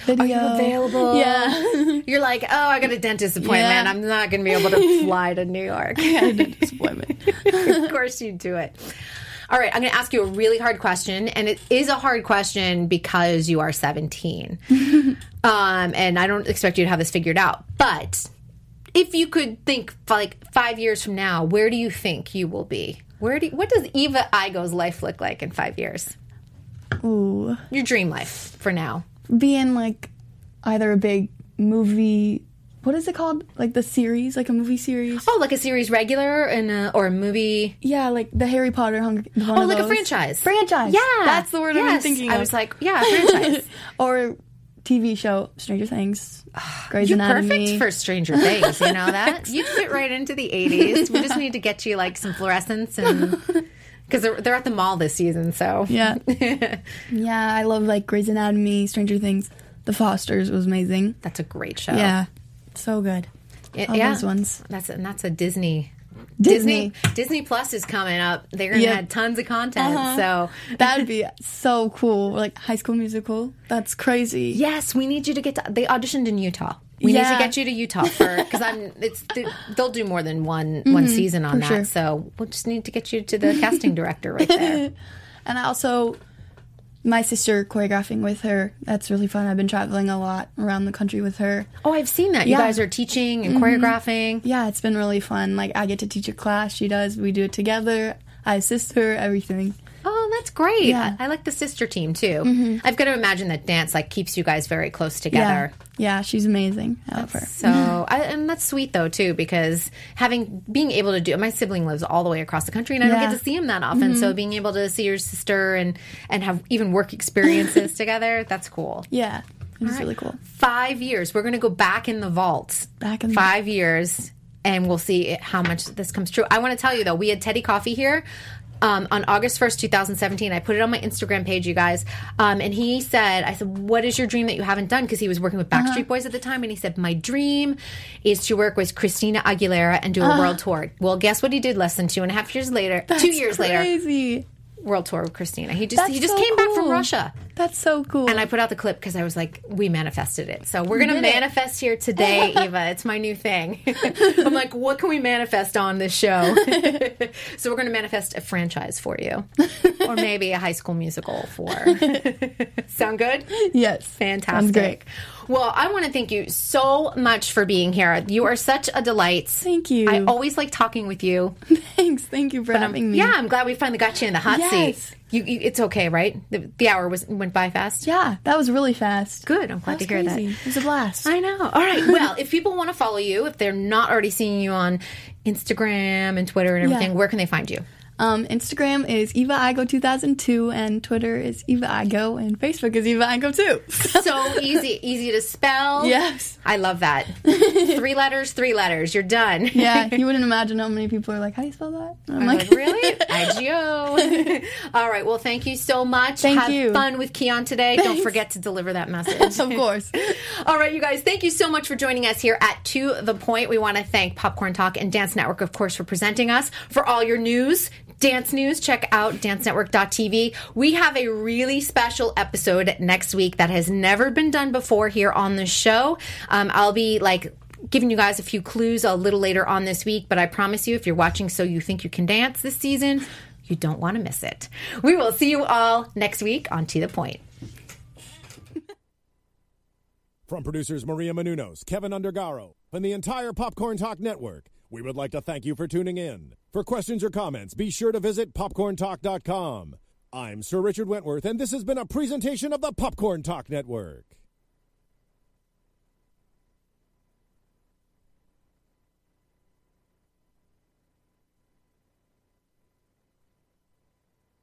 Speaker 4: video.
Speaker 2: available?
Speaker 4: Yeah.
Speaker 2: You're like, oh, I got a dentist appointment.
Speaker 4: Yeah.
Speaker 2: I'm not going to be able to fly to New York.
Speaker 4: Disappointment.
Speaker 2: of course, you do it. All right, I'm going to ask you a really hard question, and it is a hard question because you are 17, um, and I don't expect you to have this figured out. But if you could think like five years from now, where do you think you will be? Where do what does Eva Igo's life look like in five years?
Speaker 4: Ooh.
Speaker 2: Your dream life for now.
Speaker 4: Be in like either a big movie what is it called? Like the series, like a movie series.
Speaker 2: Oh, like a series regular and a, or a movie.
Speaker 4: Yeah, like the Harry Potter Hunger.
Speaker 2: Oh, like a franchise.
Speaker 4: Franchise.
Speaker 2: Yeah,
Speaker 4: that's the word I've
Speaker 2: yes.
Speaker 4: been thinking.
Speaker 2: I
Speaker 4: of.
Speaker 2: was like, yeah, franchise.
Speaker 4: or TV show, Stranger Things, Grey's
Speaker 2: You're
Speaker 4: Anatomy.
Speaker 2: perfect for Stranger Things. You know that you'd fit right into the '80s. We just need to get you like some fluorescents and because they're, they're at the mall this season. So
Speaker 4: yeah, yeah. I love like Grey's Anatomy, Stranger Things. The Fosters was amazing.
Speaker 2: that's a great show.
Speaker 4: Yeah, so good.
Speaker 2: Y-
Speaker 4: All those ones.
Speaker 2: That's and that's a Disney.
Speaker 4: Disney.
Speaker 2: Disney Disney Plus is coming up. They're gonna
Speaker 4: Yeah. Uh-huh.
Speaker 2: have tons of content. So
Speaker 4: That'd be so cool. Like High School Musical. That's crazy.
Speaker 2: yes, we need you to get to. They auditioned in Utah. We need
Speaker 4: Yeah.
Speaker 2: to get you to Utah for because I'm. It's they'll do more than one one season on that.
Speaker 4: Mm-hmm, sure.
Speaker 2: So we'll just need to get you to the casting director right there.
Speaker 4: And I also, my sister choreographing with her. That's really fun. I've been traveling a lot around the country with her.
Speaker 2: Oh, I've seen that. You
Speaker 4: Yeah. Mm-hmm.
Speaker 2: guys are teaching and choreographing.
Speaker 4: Yeah, it's been really fun. Like I get to teach a class. She does. We do it together. I assist her. Everything.
Speaker 2: Oh, that's great.
Speaker 4: Yeah. Mm-hmm.
Speaker 2: I like the sister team too. I've got to imagine that dance like keeps you guys very close together.
Speaker 4: Yeah. Yeah, she's amazing. I love her.
Speaker 2: So, I, and that's sweet though too, because having being able to do my sibling lives all the way across the country, and I don't
Speaker 4: Yeah. Mm-hmm.
Speaker 2: get to see him that often. So, being able to see your sister and and have even work experiences together, that's cool.
Speaker 4: Yeah, it was really cool.
Speaker 2: Five years, we're going to go back in the vault.
Speaker 4: Back in the-
Speaker 2: five years, and we'll see how much this comes true. I want to tell you though, we had Teddy Coffee here. Um, on August 1st, 2017, I put it on my Instagram page, you guys. Um, and he said, I said, What is your dream that you haven't done? Because he was working with Backstreet
Speaker 4: Uh-huh.
Speaker 2: Boys at the time. And he said, My dream is to work with Christina Aguilera and do
Speaker 4: Uh-huh.
Speaker 2: a world tour. Well, guess what he did less than two and a half years later? two years later,
Speaker 4: Crazy.
Speaker 2: world tour with Christina. He just
Speaker 4: That's
Speaker 2: he just
Speaker 4: so
Speaker 2: came back from
Speaker 4: cool.
Speaker 2: Russia.
Speaker 4: That's so cool.
Speaker 2: And I put out the clip because I was like, we manifested it. So we're going to
Speaker 4: did it.
Speaker 2: manifest here today, Eva. It's my new thing. I'm like, what can we manifest on this show? so we're going to manifest a franchise for you, or maybe a high school musical for. Sound good?
Speaker 4: yes,
Speaker 2: Fantastic.
Speaker 4: Sounds great.
Speaker 2: Well, I want to thank you so much for being here. You are such a delight.
Speaker 4: Thank you.
Speaker 2: I always like talking with you.
Speaker 4: Thanks. Thank you for having me.
Speaker 2: Yeah, I'm glad we finally got you in the hot
Speaker 4: Yes.
Speaker 2: seat. You, you, it's okay, right? The, the hour was went by fast.
Speaker 4: Yeah, that was really fast.
Speaker 2: Good. I'm glad
Speaker 4: That
Speaker 2: to
Speaker 4: was
Speaker 2: hear
Speaker 4: crazy.
Speaker 2: that.
Speaker 4: It was a blast.
Speaker 2: I know. All right. Well, if people want to follow you, if they're not already seeing you on Instagram and Twitter and everything,
Speaker 4: Yeah.
Speaker 2: where can they find you?
Speaker 4: Um, Instagram is Eva Igo 2002, and Twitter is Eva Igo, and Facebook is Eva Igo too.
Speaker 2: So easy, easy to spell.
Speaker 4: Yes.
Speaker 2: I love that. three letters, three letters. You're done.
Speaker 4: yeah, you wouldn't imagine how many people are like, "How do you spell that?" And I'm,
Speaker 2: I'm like, really? IGO. All right. Well, thank you so much.
Speaker 4: Thank
Speaker 2: Have
Speaker 4: you.
Speaker 2: fun with Keon today. Don't forget to deliver that message.
Speaker 4: of course.
Speaker 2: All right, you guys, thank you so much for joining us here at To The Point. We want to thank Popcorn Talk and Dance Network, of course, for presenting us. For all your news, dance news, check out dancenetwork.tv. We have a really special episode next week that has never been done before here on the show. Um, I'll be like, Giving you guys a few clues a little later on this week, but I promise you, if you're watching So You Think You Can Dance this season, you don't want to miss it. We will see you all next week on To The Point.
Speaker 3: From producers Maria Menunos, Kevin Undergaro, and the entire Popcorn Talk Network, we would like to thank you for tuning in. For questions or comments, be sure to visit popcorntalk.com. I'm Sir Richard Wentworth, and this has been a presentation of the Popcorn Talk Network.